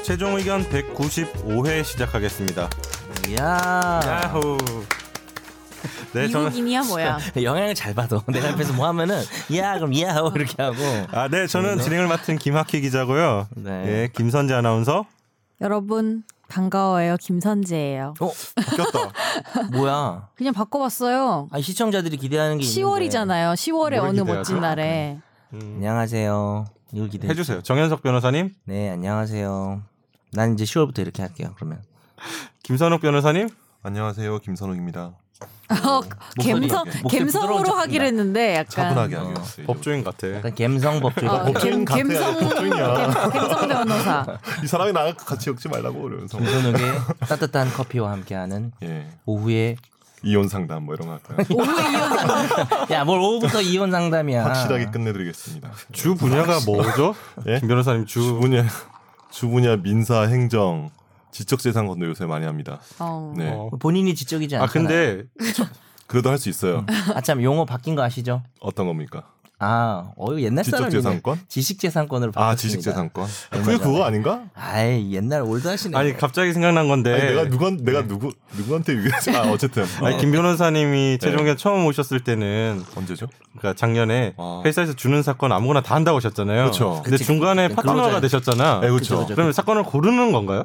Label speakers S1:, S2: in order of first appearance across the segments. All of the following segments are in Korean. S1: 시간 195회 시작하겠습니다.
S2: 야
S1: 야호. 네, 저는
S3: 미국인이야 뭐야?
S2: 영향을 잘 받아. 내가 옆에서 뭐 하면은 야 그럼 야호 이렇게 하고.
S1: 아, 네, 저는
S2: 네.
S1: 진행을 맡은 김학희 기자고요.
S2: 네.
S1: 예, 김선재 아나운서.
S3: 여러분 반가워요 김선재예요.
S2: 어
S1: 웃겼다.
S2: 뭐야?
S3: 그냥 바꿔봤어요.
S2: 아 시청자들이 기대하는 게 있는데.
S3: 10월이잖아요. 10월의
S1: 뭘
S3: 어느
S1: 기대하죠?
S3: 멋진 날에
S1: 음,
S2: 안녕하세요. 이거 기대.
S1: 예. 해 주세요. 정현석 변호사님,
S2: 네 안녕하세요. 난 이제 10월부터 이렇게 할게요. 그러면.
S1: 김선욱 변호사님.
S4: 안녕하세요 김선욱입니다. 아, 네.
S3: 어, 갬성
S4: 부드럽게.
S2: 목소리 부드러운
S3: 갬성으로
S2: 척
S3: 하기로 했는데 약간
S4: 차분하게 하기로 했어요.
S1: 법조인 같아.
S2: 약간 갬성법조.
S3: 어, 갬-
S4: 같아야
S3: 갬성
S4: 법조인이야.
S3: 갬성 변호사
S4: 이 사람이 나랑 같이 엮지 말라고 그러면서
S2: 김선욱의 따뜻한 커피와 함께하는
S4: 예
S2: 오후에.
S4: 이혼 상담 뭐 이런 거 할까요?
S2: 야 뭘 오후부터 이혼 상담이야.
S4: 확실하게 끝내드리겠습니다.
S1: 주 분야가 뭐죠?
S4: 예?
S1: 김 변호사님 주
S4: 주분야 주분야 민사 행정 지적재산 건도 요새 많이 합니다.
S3: 어.
S4: 네
S1: 어.
S2: 본인이 지적이지 않잖아.
S1: 아, 근데
S4: 그래도 할 수 있어요.
S2: 아참 용어 바뀐 거 아시죠?
S4: 어떤 겁니까?
S2: 아, 어 이거 옛날 사람이네.
S4: 지적재산권?
S2: 지식재산권으로 바꿨습니다.
S4: 아 지식재산권 그게
S2: 얼마
S4: 그거
S2: 전에.
S4: 아닌가?
S2: 아이 옛날 올드하시네.
S1: 아니 갑자기 생각난 건데
S4: 아니, 내가 누구 내가 누구 누구한테 얘기했지? 네. 아 어쨌든 어.
S1: 아니, 김 변호사님이 최종견 처음 오셨을 때는
S4: 언제죠?
S1: 그러니까 작년에
S4: 아.
S1: 회사에서 주는 사건 아무거나 다 한다고 하셨잖아요.
S4: 그쵸.
S1: 근데 중간에
S2: 그치.
S1: 파트너가
S2: 근로자에-
S1: 되셨잖아.
S4: 네, 그렇죠.
S2: 그쵸, 그쵸.
S1: 그러면 사건을 고르는 건가요?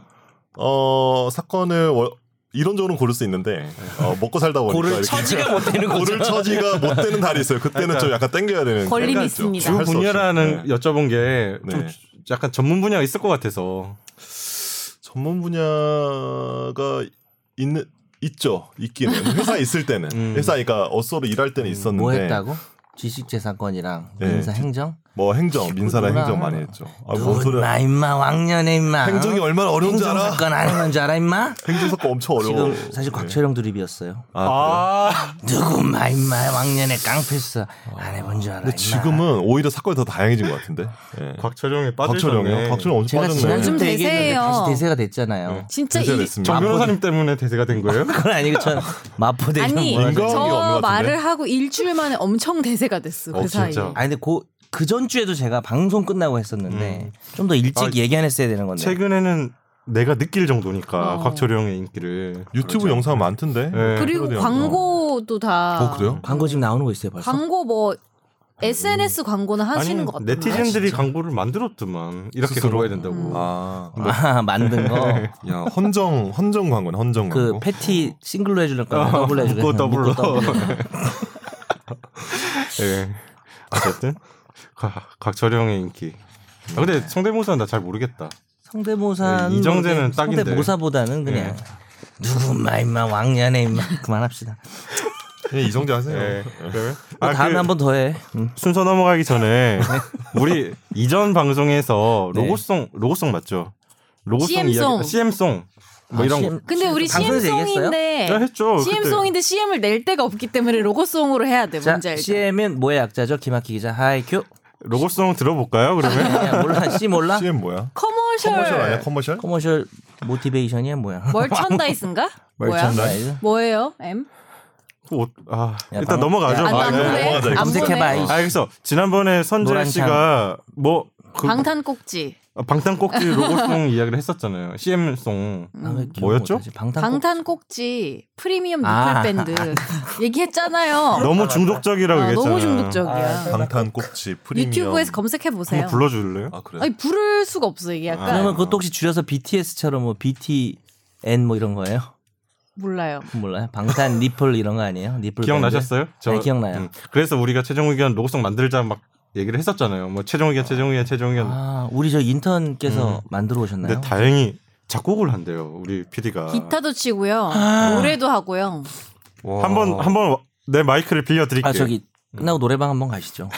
S4: 어 사건을 월- 이론적으로는 고를 수 있는데 어, 먹고 살다 보니까
S2: 고를
S4: 이렇게
S2: 처지가 못
S4: 네.
S2: 되는 거죠.
S4: 고를 처지가 못 되는 달이 있어요. 그때는 좀 약간 땡겨야 되는
S3: 걸림이
S4: 약간 좀
S3: 있습니다.
S1: 주
S4: 네, 할수 없이.
S1: 분야라는
S4: 네.
S1: 여쭤본 게 좀
S4: 네.
S1: 약간 전문 분야가 있을 것 같아서
S4: 전문 분야가 있는 있죠. 있기는 회사 있을 때는
S1: 음.
S4: 회사니까 그러니까 어쏘로 일할 때는 있었는데
S2: 뭐 했다고? 지식재산권이랑
S4: 예,
S2: 민사 행정.
S4: 뭐 행정 민사나
S2: 그거구나.
S4: 행정 많이 했죠. 아, 뭔 소리야?
S2: 누나 임마 왕년에 임마.
S4: 행정이 얼마나 어려운지 알아? 네.
S2: 행정사건 아니면 줄 알아 임마?
S4: 행정사건 엄청 어려워.
S2: 지금 사실 곽철영 드립이었어요.
S4: 아, 그래요?
S2: 누구 마 임마 왕년에 깡패스 안 해본 줄 알아 임마.
S4: 아, 근데 지금은 오히려 사건이 더 다양해진 것 같은데. 예.
S1: 곽철용이
S4: 곽철영이요. 곽철영 엄청
S2: 제가
S4: 빠졌네. 네.
S2: 지난주
S3: 요즘
S2: 때 얘기했는데
S3: 대세예요.
S2: 다시 대세가 됐잖아요.
S3: 진짜
S4: 대세가
S3: 이
S4: 됐습니다.
S1: 정 변호사님 때문에 대세가 된 거예요?
S2: 그건 아니고 네. 전 마포대 좀
S3: 아니
S2: 뭐라
S4: 인간-
S2: 그러지?
S4: 없는 것
S3: 저
S4: 같은데?
S3: 말을 하고 일주일 만에 엄청 대세가 됐어 그
S1: 어,
S3: 사이.
S1: 진짜.
S2: 아니 근데 고, 그 전주에도 제가 방송 끝나고
S4: 음.
S2: 했었는데 좀 더 일찍
S1: 아,
S2: 얘기 안 했어야 되는 건데
S1: 최근에는 내가 느낄 정도니까
S3: 어.
S1: 곽철용의 인기를 그렇죠.
S4: 유튜브 영상 많던데.
S1: 예.
S3: 그리고
S4: 그러네요.
S3: 광고도 다.
S4: 어 그래요?
S2: 광고 지금 나오는 거 있어요 벌써?
S3: 광고 뭐 SNS 광고는 하시는
S1: 아니
S3: 것 같은데.
S1: 네티즌들이 광고를 만들었더만 이렇게
S4: 스스로?
S1: 광고해야 된다고
S4: 아,
S2: 아, 만든 거.
S4: 야 헌정 헌정 광고네 헌정
S2: 그
S4: 광고.
S2: 패티 싱글로 해주는 거
S1: 아,
S2: 더블로 해주는
S1: 묶고
S2: 거
S1: 더블로.
S2: 묶고 더블로.
S1: 예. 어쨌든 곽- 곽철용의 인기. 아, 근데 성대모사는 나 잘 모르겠다.
S2: 성대모사
S1: 네, 이정재는 딱인데. 네.
S2: 성대모사보다는 그냥 누구 마 임마 왕년에 임마 그만합시다
S4: 예, 이정재 하세요.
S1: 예. 그래?
S2: 또
S1: 아,
S2: 다음에
S1: 그-
S2: 한 번 더해 음.
S1: 순서 넘어가기 전에 우리 이전 방송에서
S2: 네.
S1: 로고송 로고송 맞죠? 로고송
S3: CM 송.
S1: 이야기 CM송 뭐
S2: 아,
S1: 이런
S2: CM
S3: 근데 우리
S2: 방송에서
S1: 거 네,
S3: CM송인데
S1: 했죠.
S3: CM송인데 CM을 낼 데가 없기 때문에 로고송으로 해야 돼.
S2: 자
S3: 뭔지 알죠?
S2: CM은 뭐의 약자죠 김학기 기자 하이큐
S1: 그때 로고송 들어볼까요? 그러면
S2: 야, 몰라 C 몰라
S4: CM 뭐야?
S3: 커머셜,
S4: 커머셜 아니야 커머셜?
S2: 커머셜 모티베이션이야 뭐야
S3: 멀천다이스인가? 뭐야?
S2: 멀천다이즈?
S3: 뭐예요? M?
S1: 그 옷- 아,
S2: 야,
S1: 일단
S2: 방-
S1: 넘어가죠.
S2: 야,
S3: 안,
S2: 아,
S3: 안
S2: 네,
S3: 보네.
S4: 넘어가자, 이거.
S3: 안
S2: 검색해봐,
S3: 보네.
S2: 이씨.
S1: 아, 그래서 지난번에 선재
S2: 노란창.
S1: 씨가 뭐 그,
S3: 방탄꼭지.
S1: 아, 방탄꼭지 로고송 이야기를 했었잖아요. CM송.
S2: 아, 왜 기억
S1: 뭐였죠?
S2: 못하지? 방탄
S3: 방탄꼭지 프리미엄 니플
S2: 아.
S3: 밴드 얘기했잖아요.
S1: 너무 중독적이라고
S3: 아,
S1: 얘기했잖아요. 아,
S3: 너무 중독적이야.
S4: 방탄 꼭지 프리미엄.
S3: 유튜브에서 검색해 보세요.
S1: 한번 불러줄래요? 아.
S4: 아 그래.
S3: 아니 부를 수가 없어 이게 약간
S2: 그러면 그것도 혹시 줄여서 BTS처럼 뭐 BTN 뭐 이런 거예요?
S3: 몰라요.
S2: 몰라요. 방탄 니플 이런 거 아니에요? 니플
S1: 기억나셨어요? 음,
S2: 네, 기억나요.
S1: 그래서 우리가 최종 의견 로고송 만들자 막 얘기를 했었잖아요. 뭐 최종 의견, 최종 의견, 최종 의견.
S2: 아, 우리 저 인턴께서 만들어 오셨나요?
S1: 근데 음. 네, 다행히 작곡을 한대요. 우리 PD가
S3: 기타도 치고요.
S1: 아.
S3: 노래도 하고요.
S1: 한번 한번 내 마이크를 빌려드릴게요.
S2: 아 저기
S1: 음.
S2: 끝나고 노래방 한번 가시죠.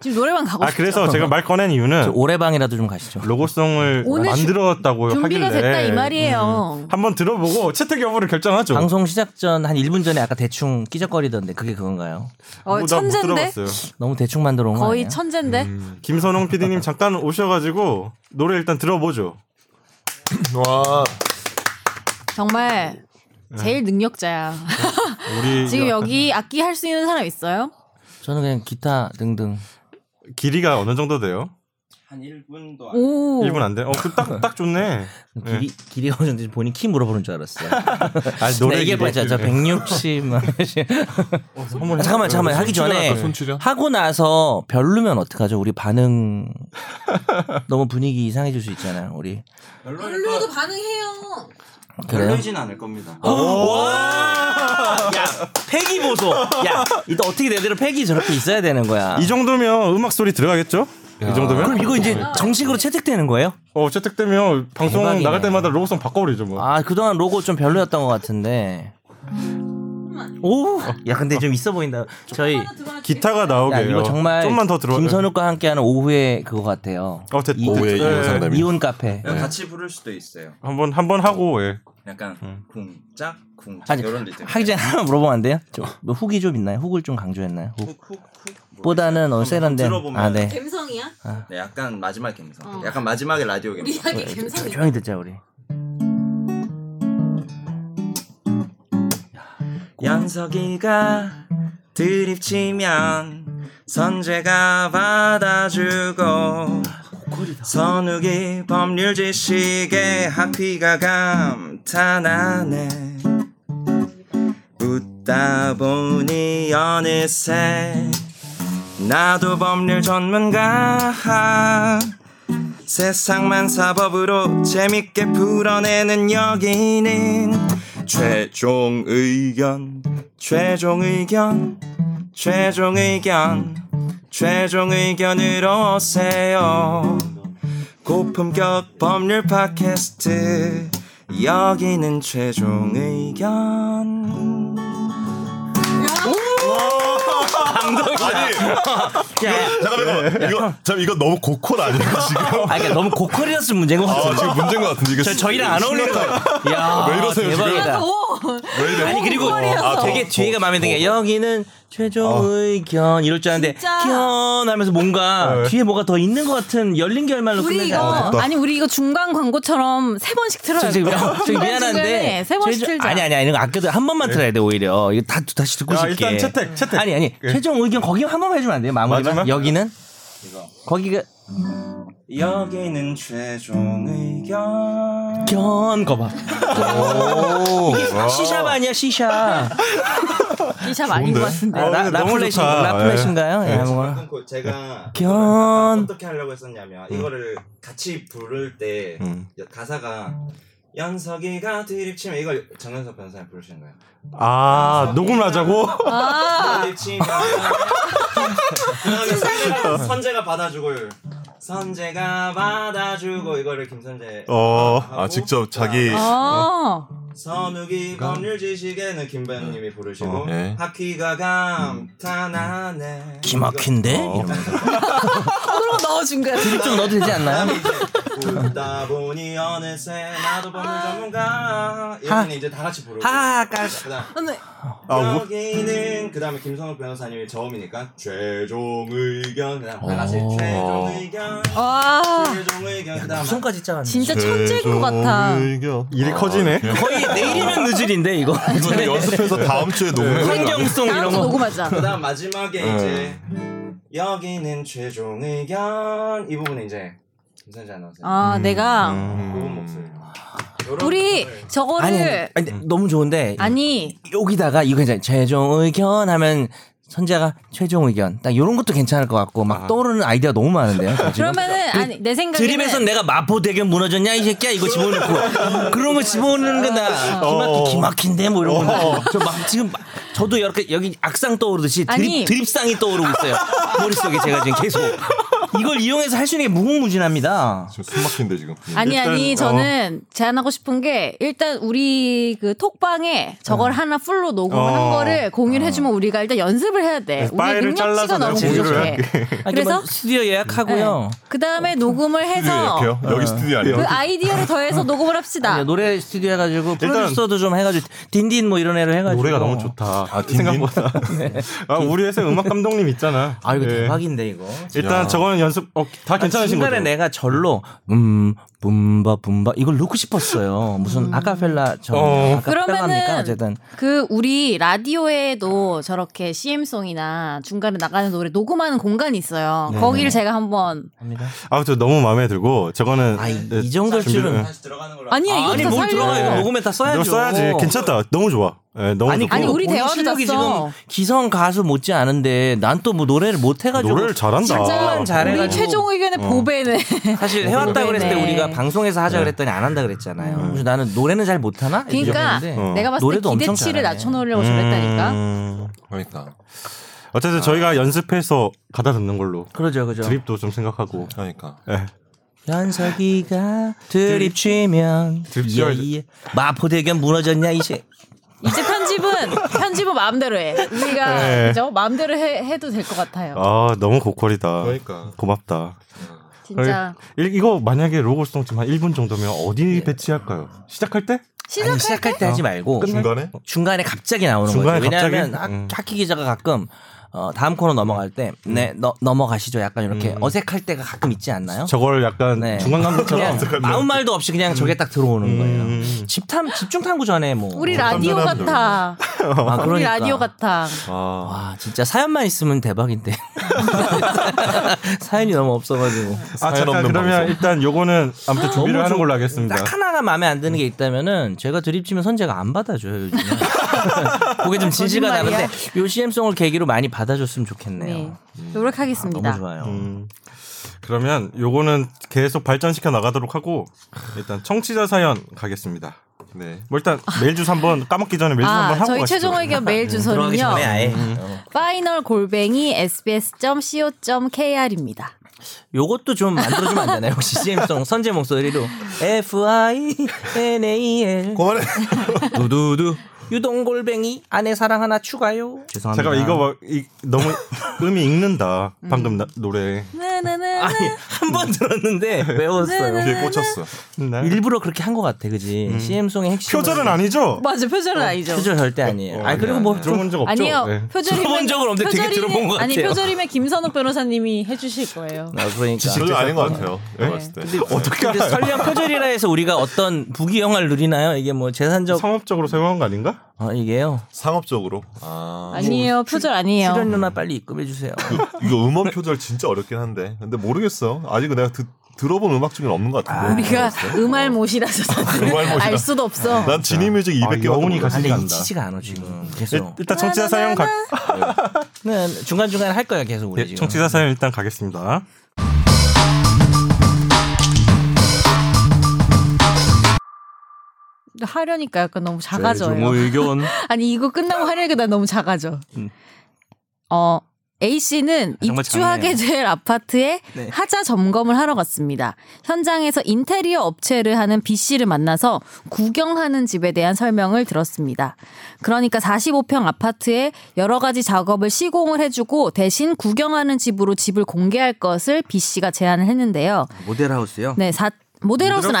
S3: 지금 노래방 가고
S1: 아,
S3: 싶죠.
S1: 그래서 제가 말 꺼낸
S2: 저
S1: 이유는
S2: 올해방이라도 좀 가시죠.
S1: 로고송을
S3: 오늘 주-
S1: 만들었다고 하길래
S3: 준비가
S1: 음,
S3: 됐다 이 말이에요.
S1: 한번 들어보고 채택 여부를 결정하죠.
S2: 방송 시작 전 한 1분 전에 아까 대충 끼적거리던데 그게 그건가요?
S1: 뭐,
S3: 어,
S1: 나못
S3: 천재인데
S1: 들어봤어요. 예. 음.
S2: 너무 대충 만들어 온거
S3: 거의
S2: 아니에요?
S3: 천재인데
S1: 김선홍 PD님 잠깐 오셔가지고 노래 일단 들어보죠.
S4: 와.
S3: 정말
S2: 네.
S3: 제일 능력자야.
S1: 우리
S3: 지금
S1: 여-
S3: 여기 악기 할 수 있는 사람 있어요?
S2: 저는 그냥 기타 등등.
S1: 길이가 어느 정도 돼요?
S5: 한 1분도 안
S3: 오.
S1: 1분 안 돼. 어, 그딱딱 좋네.
S2: 길이 길이 어쩐지 본인 키 물어보는 줄 알았어.
S1: 아니
S2: 노래 이게 맞아. 저 160만. 아, 잠깐만 잠깐만 하기 전에
S4: 손출연?
S2: 하고 나서 별로면 어떡하죠? 우리 반응 너무 분위기 이상해질 수 있잖아요. 우리
S5: 별로일 거-
S3: 반응해요.
S2: 그래요? 아,
S5: 별로이진 않을 겁니다.
S2: 야 폐기 보소. 야 이거 어떻게 내대로 폐기 저렇게 있어야 되는 거야.
S1: 이 정도면 음악 소리 들어가겠죠? 이
S2: 그럼
S1: 정도면?
S2: 이거 이제 정식으로 채택되는 거예요?
S1: 어 채택되면 방송
S2: 대박이네.
S1: 나갈 때마다 로고송 바꿔버리죠 뭐.
S2: 아 그동안 로고 좀 별로였던 것 같은데. 오, 야 근데 좀 있어 보인다. 저희
S1: 기타가
S2: 야
S1: 나오게요.
S2: 이거 정말
S1: 좀만 더 들어.
S2: 김선욱과 함께하는 오후의 그거 같아요.
S1: 어 됐.
S2: 이- 네.
S4: 오후의
S1: 됐-
S4: 이혼
S1: 예,
S4: 상담. 이-
S2: 이혼 카페.
S5: 그냥 같이 부를 수도 있어요.
S1: 한번 한번 하고 예.
S5: 약간 궁짝 궁짝
S2: 아니
S5: 이런 리듬.
S2: 하기 전에 하나 물어보면 안 돼요? 저, 뭐 훅이 좀 있나요? 훅을 좀 강조했나요? 훅.
S5: 훅훅훅
S2: 보다는 어
S5: 뭐 한번
S2: 세련된
S5: 들어보면
S2: 아 네.
S3: 감성이야?
S5: 네, 약간 마지막 감성. 약간 마지막에 라디오 감성.
S3: 이야기
S2: 조- 조용히 듣자 우리.
S5: 연석이가 드립치면 선재가 받아주고 선욱이 법률 지식에 학위가 감탄하네 웃다 보니 어느새 나도 법률 전문가 세상만 사법으로 재밌게 풀어내는 여기는 최종 의견 최종 의견 최종 의견 최종 의견으로 오세요 고품격 법률 팟캐스트 여기는 최종 의견
S2: 야,
S4: 잠깐만
S2: 네.
S4: 잠깐만. 이거 잠 이거 너무 고퀄 아닌가 지금?
S2: 아 그러니까 너무 고퀄이었을 문제인 것
S4: 아
S2: 같은데.
S4: 지금 문제인 것 같은데 이게
S2: 저 저희랑 안 어울리는 거.
S1: 아,
S2: 야,
S4: 왜 이러세요, 지금?
S2: 대박이다. 아니 그리고
S3: 아, 고퀄이어서.
S2: 아, 되게 뒤에가 마음에 드는
S1: 어.
S2: 게 여기는 최종
S1: 아.
S2: 의견 이럴 줄 알았는데
S3: 진짜.
S2: 견 하면서 뭔가
S1: 네.
S2: 뒤에 뭐가 더 있는 것 같은 열린 결말로
S3: 우리
S2: 끝내자.
S3: 이거 아니 우리 이거 중간 광고처럼 세 번씩 틀어요.
S2: 저 지금 저기
S3: 중간중간에
S2: 미안한데
S3: 세 번씩
S2: 최종-
S3: 틀자.
S2: 아니 아니 아니 이거 아껴도 한 번만 틀어야 돼 오히려 이거 다 다시 듣고
S1: 네. 야,
S2: 싶게
S1: 일단 채택, 채택.
S2: 아니 아니 최종 의견 거기 한 번만 해주면 안 돼요 마무리만
S1: 마지막?
S2: 여기는 거기가
S5: 여기는 최종 의견
S2: 견 거봐 시샵 아니야 시샵 아,
S3: 이샵 아닌 것 같은데.
S1: 어,
S2: 네, 라,
S1: 근데 너무
S2: 라플레신
S1: 좋다.
S2: 라플레신가요 예, 뭐.
S5: 끊고 제가
S2: 견.
S4: 음.
S5: 어떻게 하려고 했었냐면 이거를 같이 부를 때
S1: 음.
S5: 가사가 연석이가 드립치면 이걸 정연석 변호사님 부르시는 거예요.
S1: 아 녹음을 하자고.
S3: 아,
S5: 드립치면 그다음에 선재가- 선재가 받아주고 선재가 받아주고 이거를 김선재
S4: 어, 아 직접 자기
S3: 아,
S5: 선욱이 법률 지식에는 김배우님이 부르시고
S4: 어, 예.
S5: 학위가 감탄하네
S2: 기막힌데
S5: 이거-
S2: 이러면서
S3: 그런 거 넣어준 거야.
S2: 좀 넣어도 되지 않나요?
S5: 그다음에 이제 웃다 보니 어느새 나도
S3: 아.
S5: 법률 전문가 이거는 이제 다 같이 부르고
S2: 하하, 깔-
S5: 그다음
S3: 근데
S4: 아,
S5: 여기는 그다음에 김선욱 변호사님이 저음이니까 최종 의견 그다음 다 같이
S2: 오.
S5: 최종 의견
S2: 어.
S3: 와
S5: 최종 의견 그다음
S2: 구성까지 짜는
S3: 진짜 천재인 것 같아.
S4: 의견.
S1: 일이 커지네.
S2: 거의 내일이면 느질인데 이거
S4: 이거는
S2: 네.
S4: 연습해서 다음 주에
S1: 네.
S3: 네.
S4: 녹음을
S2: 환경송
S3: 다음
S2: 이런
S3: 주
S2: 거
S3: 녹음하자.
S5: 그다음 마지막에
S2: 어.
S5: 이제 여기는 최종 의견 이 부분은 이제 김선재 아나운서
S2: 음.
S3: 아, 내가
S5: 고음 목소리 요런
S3: 우리
S5: 부분을
S3: 저거를
S2: 아니,
S3: 아니,
S2: 아니, 아니 너무 좋은데 여기다가 이거 이제 최종 의견 하면 선재가 최종 의견 딱 이런 것도 괜찮을 것 같고 막 떠오르는 아이디어 너무 많은데요. 지금?
S3: 그러면은 아니 내
S2: 드립에선
S3: 생각에는
S2: 내가 마포 대교 무너졌냐 이 새끼야 이거 집어넣고 그런 거 집어넣는 거나 기막히 기막힌데 뭐 이런
S3: 어.
S2: 거. 저막 지금 막 저도 이렇게 여기 악상 떠오르듯이
S3: 아니.
S2: 드립 드립상이 떠오르고 있어요 머릿속에 제가 지금 계속 이걸 이용해서 할 수 있는 게 무궁무진합니다.
S4: 지금 숨 막힌데 지금.
S3: 아니
S1: 일단,
S3: 아니
S1: 어.
S3: 저는 제안하고 싶은 게 일단 우리 그 톡방에 저걸 하나 풀로 녹음한
S1: 어.
S3: 거를 공유를 해주면 우리가 일단 연습을 해야 돼. 우리
S1: 파일을 잘라서
S3: 능력치가
S1: 내가
S3: 너무
S1: 공유를
S3: 부족해.
S1: 할게.
S2: 아니, 그러면
S3: 그래서?
S2: 스튜디오 예약하고요. 어.
S3: 그 다음에 녹음을 해서
S4: 스튜디오 이렇게요? 여기 스튜디오 아니에요?
S3: 그 아이디어를 더해서 녹음을 합시다.
S2: 아니, 네, 노래 스튜디오 해가지고
S1: 일단-
S2: 프로듀서도 좀 해가지고 딘딘 뭐 이런 애를 해가지고
S1: 노래가 너무 좋다.
S4: 아, 딘딘?
S1: 생각보다. 아 우리 회사 음악 감독님 있잖아.
S2: 네. 아 이거
S1: 예.
S2: 대박인데 이거
S1: 일단
S4: 야.
S1: 저거는 연습 어, 다 괜찮으신
S2: 아, 중간에
S1: 거죠?
S2: 내가 절로 음 붐바 붐바 이걸 넣고 싶었어요. 무슨 아카펠라처럼
S1: 어.
S2: 아카펠라입니까
S3: 그러면은
S2: 어쨌든
S3: 그 우리 라디오에도 저렇게 CM송이나 중간에 나가는 노래 녹음하는 공간이 있어요.
S1: 네.
S3: 거기를 제가 한번
S2: 합니다.
S1: 아무튼 너무 마음에 들고 저거는
S2: 아, 이,
S1: 네,
S2: 이 정도일 줄은
S5: 다시 들어가는 걸로.
S3: 아니 이거
S2: 아니
S3: 다
S2: 뭘
S3: 살려.
S2: 들어가 이거 녹음에 다 써야죠.
S1: 너 써야지. 괜찮다. 너무 좋아. 예, 너무
S2: 아니,
S1: 좋고.
S3: 아니, 우리 대화를
S2: 실력이
S3: 짰어.
S2: 지금 기성 가수 못지 않은데 난 또 뭐 노래를 못 해가지고
S1: 노래를 잘한다.
S2: 진짜만
S3: 우리
S2: 잘해가지고
S3: 최종 의견의
S1: 어.
S3: 보배네.
S2: 사실 해왔다 그랬을 때
S3: 네.
S2: 우리가 방송에서 하자 그랬더니 안 한다 그랬잖아요. 그래서 나는 노래는 잘 못하나? 이렇게
S3: 그러니까
S2: 생각했는데
S3: 내가 봤을 때
S2: 어. 노래도 엄청
S3: 기대치를
S2: 잘하네.
S3: 낮춰놓으려고 저랬다니까.
S1: 음,
S4: 그러니까.
S1: 어쨌든
S2: 아.
S1: 저희가 연습해서 가다듬는 걸로
S2: 그러죠, 그죠.
S1: 드립도 좀 생각하고.
S4: 그러니까.
S1: 예.
S2: 연석이가 드립 치면
S1: 드립 치워야지.
S2: 예, 예. 마포 대교 무너졌냐 이제
S3: 이제 편집은 편집은 마음대로 해. 우리가
S1: 네.
S3: 그죠? 마음대로 해, 해도 될 것 같아요.
S1: 아 너무 고퀄이다.
S4: 그러니까.
S1: 고맙다.
S3: 진짜
S1: 일- 이거 만약에 로고송 지금 한 1분 정도면 어디
S2: 네.
S1: 배치할까요? 시작할 때?
S3: 시작할 때
S2: 때 하지 말고
S4: 중간에?
S2: 중간에 갑자기 나오는
S1: 어. 중간에
S2: 거죠. 왜냐하면
S1: 갑자기?
S2: 학-
S1: 음.
S2: 학기 기자가 가끔 어, 다음 코너 넘어갈 때, 네, 너, 넘어가시죠. 약간 이렇게 어색할 때가 가끔 있지 않나요?
S1: 음. 저걸 약간
S2: 네.
S1: 중간 감독처럼 음.
S2: 그냥 아무 말도 없이 그냥 저게 딱 들어오는 거예요. 집탐 집중 탐구 전에 뭐
S3: 우리 라디오
S4: 깜짝이야.
S2: 아,
S3: 같아.
S2: 그러니까.
S3: 우리 라디오 같아.
S1: 아,
S2: 와 진짜 사연만 있으면 대박인데 사연이 너무 없어가지고
S1: 아
S4: 사연
S1: 잠깐
S4: 없는
S1: 그러면
S4: 방송.
S1: 일단 요거는 아무튼 준비를 하는 걸로 하겠습니다.
S3: 네.
S2: 딱 하나가 마음에 안 드는 게 있다면은 제가 드립치면 선재가 안 받아줘요 요즘. 그게 좀 진실가
S3: 거짓말이야.
S2: 나는데 요 CM송을 계기로 많이 받아줬으면 좋겠네요.
S3: 네.
S2: 너무
S3: 노력하겠습니다.
S2: 음. 좋아요.
S1: 음, 그러면 요거는 계속 발전시켜 나가도록 하고 일단 청취자 사연 가겠습니다.
S4: 네.
S1: 뭐 일단 메일 주소 한번 까먹기 전에 메일 주소 한번
S3: 아,
S1: 하고
S3: 저희
S1: 가시죠.
S3: 최종 의견 메일
S2: 네. 들어가기
S3: 주소는요.
S2: 전에 아예
S3: 음.
S2: 어.
S3: 파이널 골뱅이 sbs.co.kr입니다.
S2: 요것도 좀 만들어주면 안 되나요? 혹시 CM송 선재 목소리로 F I N A L
S4: 그만해.
S1: 네.
S2: 두두두 유동골뱅이 안에 사랑 하나 추가요. 죄송합니다.
S1: 잠깐 이거 막 이- 너무 음이 읽는다. 방금 나- 노래.
S3: 나나나
S2: 아니 한 번
S1: 네.
S2: 들었는데
S3: 네,
S2: 외웠어요.
S4: 귀에 꽂혔어.
S2: 일부러 그렇게 한 것 같아, 그지? CM송의 핵심
S1: 음. 표절은 어, 아니죠?
S3: 맞아 표절은 아니죠.
S2: 어, 표절 절대 아니에요. 아니 그리고 뭐 좀
S1: 들어본 적 없죠?
S3: 아니요
S1: 네.
S3: 표절이면
S2: 들어본 적은 없는데 되게
S3: 표절이면-
S2: 들어본 것
S3: 아니
S2: 같아요.
S3: 표절이면 김선욱 변호사님이 해주실 거예요.
S2: 아, 그러니까.
S4: 별로 아닌 것 같아요. 네. 내가 봤을 때.
S1: 어떻게
S2: 근데 설령 표절이라 해서 우리가 어떤 부귀 영화를 누리나요? 이게 뭐 재산적
S1: 상업적으로 사용한 거 아닌가?
S2: 어, 이게요.
S4: 상업적으로. 아.
S2: 뭐,
S3: 아니에요 표절 아니에요.
S2: 출연료나 빨리 입금해 주세요.
S1: 그
S4: 이거 음원 표절 진짜 어렵긴 한데. 근데 모르겠어. 아직은 내가 듣- 들어본 음악 중에는 없는 것 같은데.
S3: 우리가 그러니까 음알 못이라서 사실은
S4: 음알못이라.
S3: 알 수도 없어.
S4: 난 지니뮤직 200개
S1: 아, 영혼이
S4: 가
S1: 가시-
S2: 근데
S1: 않는다. 음. 네,
S2: 이치지가 않아 지금.
S1: 일-
S2: 계속.
S1: 일단 청취자 사연 가
S2: 네, 중간 중간 할 거야 계속 우리
S1: 예,
S2: 지금.
S1: 청취자 사연 일단 가겠습니다.
S3: 하려니까 약간 너무 작아져요.
S2: 의견.
S3: 아니 이거 끝나고 하려니까 난 너무 작아져. 어 A 씨는
S2: 정말
S3: 입주하게 될 아파트에
S2: 네.
S3: 하자 점검을 하러 갔습니다. 현장에서 인테리어 업체를 하는 B 씨를 만나서 구경하는 집에 대한 설명을 들었습니다. 그러니까 45평 아파트에 여러 가지 작업을 시공을 해주고 대신 구경하는 집으로 집을 공개할 것을 B 씨가 제안을 했는데요.
S2: 모델하우스요.
S3: 네, 사, 모델하우스는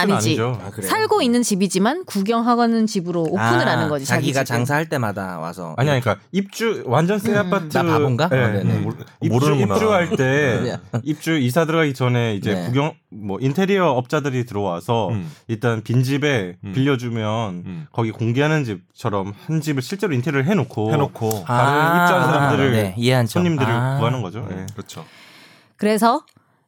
S1: 모델하우스는
S3: 아니지.
S1: 아니죠. 아,
S2: 그래요?
S3: 살고 있는 집이지만 구경하는 집으로 오픈을
S2: 아,
S3: 하는 거지. 자기
S2: 자기가
S3: 집을.
S2: 장사할 때마다 와서.
S1: 아니 아니, 그러니까 입주 완전 새 아파트
S2: 나 바본가?
S1: 예,
S2: 어, 네네.
S1: 모르- 아, 네. 입주,
S4: 모르는구나.
S1: 입주할 때 입주 이사 들어가기 전에 이제
S2: 네.
S1: 구경 뭐 인테리어 업자들이 들어와서
S4: 음.
S1: 일단 빈 집에
S4: 음.
S1: 빌려주면
S4: 음.
S1: 거기 공개하는 집처럼 한 집을 실제로 인테리어를
S4: 뭐
S1: 해놓고
S4: 해놓고.
S1: 다른 입주한 사람들을
S2: 네, 이해한 점.
S1: 손님들을
S2: 아.
S1: 구하는 거죠. 예.
S4: 그렇죠.
S3: 그래서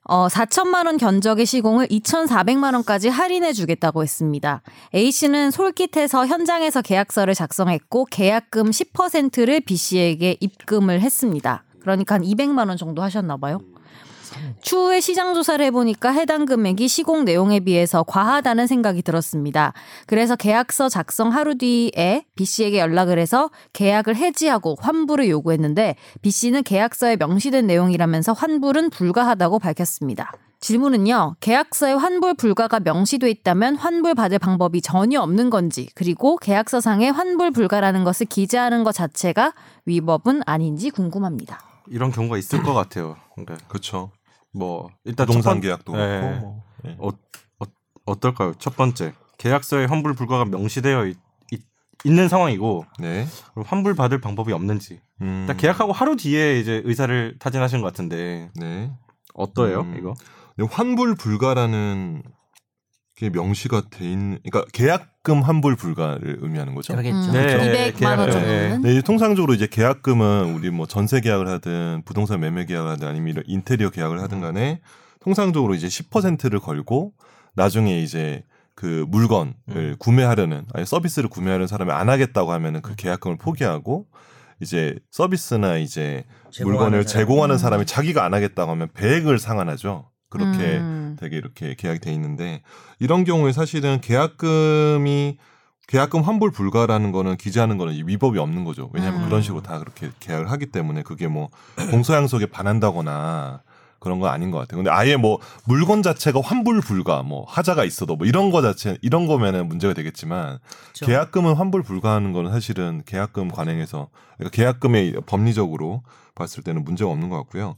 S3: 어, 4천만 원 견적의 시공을 2,400만 원까지 할인해 주겠다고 했습니다. A 씨는 솔깃해서 현장에서 계약서를 작성했고 계약금 10%를 B 씨에게 입금을 했습니다. 그러니까 한 200만 원 정도 하셨나 봐요. 추후에 시장 조사를 해보니까 해당 금액이 시공 내용에 비해서 과하다는 생각이 들었습니다. 그래서 계약서 작성 하루 뒤에 B 씨에게 연락을 해서 계약을 해지하고 환불을 요구했는데 B 씨는 계약서에 명시된 내용이라면서 환불은 불가하다고 밝혔습니다. 질문은요. 계약서에 환불 불가가 명시돼 있다면 환불 받을 방법이 전혀 없는 건지 그리고 계약서상에 환불 불가라는 것을 기재하는 것 자체가 위법은 아닌지 궁금합니다.
S1: 이런 경우가 있을 것 같아요. 그러니까
S4: 그렇죠.
S1: 뭐 일단 첫
S4: 부동산
S1: 번-
S4: 계약도
S1: 예.
S4: 그렇고. 뭐. 예.
S1: 어, 어, 어떨까요? 첫 번째 계약서에 환불 불가가 명시되어 있, 있- 있는 상황이고
S4: 네.
S1: 그럼 환불 받을 방법이 없는지
S4: 음.
S1: 일단 계약하고 하루 뒤에 이제 의사를 타진하신 것 같은데
S4: 네.
S1: 어떠해요
S4: 음.
S1: 이거?
S4: 근데 환불 불가라는 게 명시가 돼 있는 그러니까 계약금 환불 불가를 의미하는 거죠.
S2: 그러겠죠.
S3: 음. 네. 200만 원
S1: 계약금.
S3: 정도는?
S4: 네, 이제 통상적으로 이제 계약금은 우리 뭐 전세 계약을 하든 부동산 매매 계약을 하든 아니면 이런 인테리어 계약을 하든 간에 통상적으로 이제 10%를 걸고 나중에 이제 그 물건을
S1: 음.
S4: 구매하려는 아니 서비스를 구매하려는 사람이 안 하겠다고 하면은 그 계약금을 포기하고 이제 서비스나 이제
S2: 그렇죠.
S4: 물건을 제공하는 사람이 음. 자기가 안 하겠다고 하면 배액을 상환하죠. 그렇게
S3: 음.
S4: 되게 이렇게 계약이 돼 있는데 이런 경우에 사실은 계약금이 계약금 환불 불가라는 거는 기재하는 거는 이 위법이 없는 거죠. 왜냐하면
S3: 음.
S4: 그런 식으로 다 그렇게 계약을 하기 때문에 그게 뭐 공소양속에 반한다거나 그런 건 아닌 것 같아요. 근데 아예 뭐 물건 자체가 환불 불가, 뭐 하자가 있어도 뭐 이런 거 자체 이런 거면은 문제가 되겠지만 계약금은 환불 불가하는 거는 사실은 계약금 관행에서 그러니까 계약금의 법리적으로 봤을 때는 문제가 없는 것 같고요.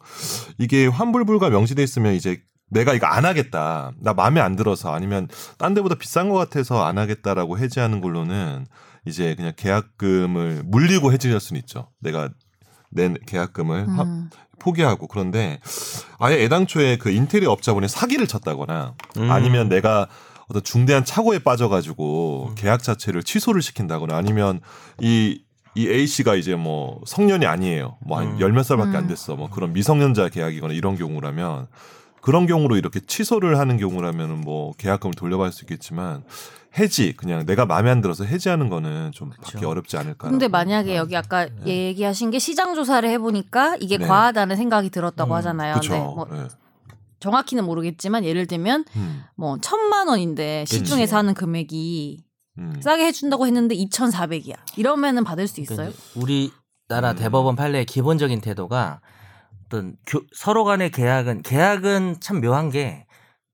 S4: 이게 환불 불가 명시돼 있으면 이제 내가 이거 안 하겠다. 나 마음에 안 들어서 아니면 딴 데보다 비싼 것 같아서 안 하겠다라고 해지하는 걸로는 이제 그냥 계약금을 물리고 해지할 수는 있죠. 내가 낸 계약금을 화-
S3: 음.
S4: 포기하고 그런데 아예 애당초에 그 인테리어 업자분이 사기를 쳤다거나
S1: 음.
S4: 아니면 내가 어떤 중대한 착오에 빠져가지고 계약 자체를 취소를 시킨다거나 아니면 이, 이 A 씨가 이제 뭐 성년이 아니에요. 뭐 한
S1: 음.
S4: 열 몇 살밖에
S3: 음.
S4: 안 됐어. 뭐 그런 미성년자 계약이거나 이런 경우라면 그런 경우로 이렇게 취소를 하는 경우라면은 뭐 계약금을 돌려받을 수 있겠지만 해지 그냥 내가 마음에 안 들어서 해지하는 거는 좀 받기
S2: 그쵸.
S4: 어렵지 않을까.
S3: 근데 만약에
S4: 음.
S3: 여기 아까 얘기하신 게 시장 조사를 해보니까 이게
S4: 네.
S3: 과하다는 생각이 들었다고
S1: 음,
S3: 하잖아요.
S4: 그렇죠.
S3: 네, 뭐 정확히는 모르겠지만 예를 들면
S4: 음.
S3: 뭐 천만 원인데 시중에서 하는 금액이
S4: 음.
S3: 싸게 해준다고 했는데 2,400이야. 이러면은 받을 수 있어요?
S2: 그러니까
S4: 그러니까
S2: 우리나라 대법원 판례의 기본적인 태도가 어떤 교- 서로 간의 계약은 계약은 참 묘한 게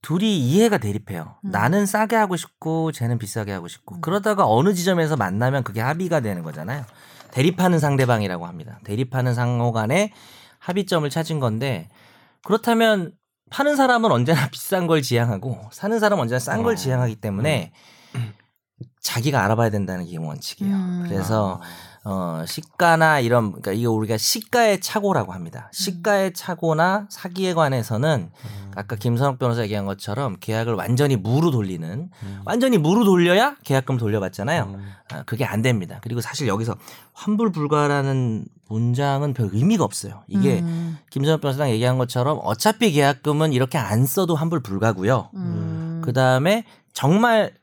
S2: 둘이 이해가 대립해요.
S3: 음.
S2: 나는 싸게 하고 싶고 쟤는 비싸게 하고 싶고
S3: 음.
S2: 그러다가 어느 지점에서 만나면 그게 합의가 되는 거잖아요. 대립하는 상대방이라고 합니다. 대립하는 상호 간에 합의점을 찾은 건데 그렇다면 파는 사람은 언제나 비싼 걸 지향하고 사는 사람은 언제나 싼 걸
S1: 어.
S2: 지향하기 때문에 자기가 알아봐야 된다는 게 원칙이에요.
S3: 음.
S2: 그래서 어, 시가나 이런 그러니까 이게 우리가 시가의 착오라고 합니다. 시가의 착오나 사기에 관해서는 아까 김선욱 변호사 얘기한 것처럼 계약을 완전히 무로 돌리는 완전히 무로 돌려야 계약금 돌려받잖아요.
S1: 음.
S2: 아, 그게 안 됩니다. 그리고 사실 여기서 환불 불가라는 문장은 별 의미가 없어요. 이게
S3: 음.
S2: 김선욱 변호사랑 얘기한 것처럼 어차피 계약금은 이렇게 안 써도 환불 불가고요.
S3: 음.
S2: 그 다음에 정말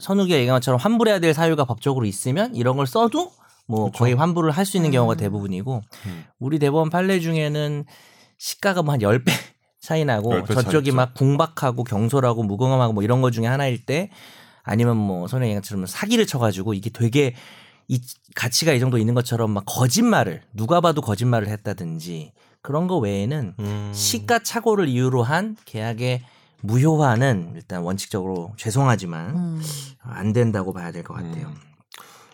S2: 선욱이가 얘기한 것처럼 환불해야 될 사유가 법적으로 있으면 이런 걸 써도 뭐 거의 환불을 할 수 있는 경우가
S3: 음.
S2: 대부분이고
S4: 그렇죠. 음.
S2: 우리 대법원 판례 중에는 시가가 뭐 한 10배 차이 나고
S4: 10배 차이
S2: 저쪽이
S4: 있죠.
S2: 막 궁박하고 경솔하고 무공함하고 뭐 이런 것 중에 하나일 때 아니면 뭐 선우 얘기한 것처럼 사기를 쳐가지고 이게 되게 이 가치가 이 정도 있는 것처럼 막 거짓말을 누가 봐도 거짓말을 했다든지 그런 거 외에는
S1: 음.
S2: 시가착오를 이유로 한 계약의 무효화는 일단 원칙적으로 죄송하지만
S4: 그
S3: 음.
S2: 안 된다고 봐야 될 것 같아요.
S4: 음.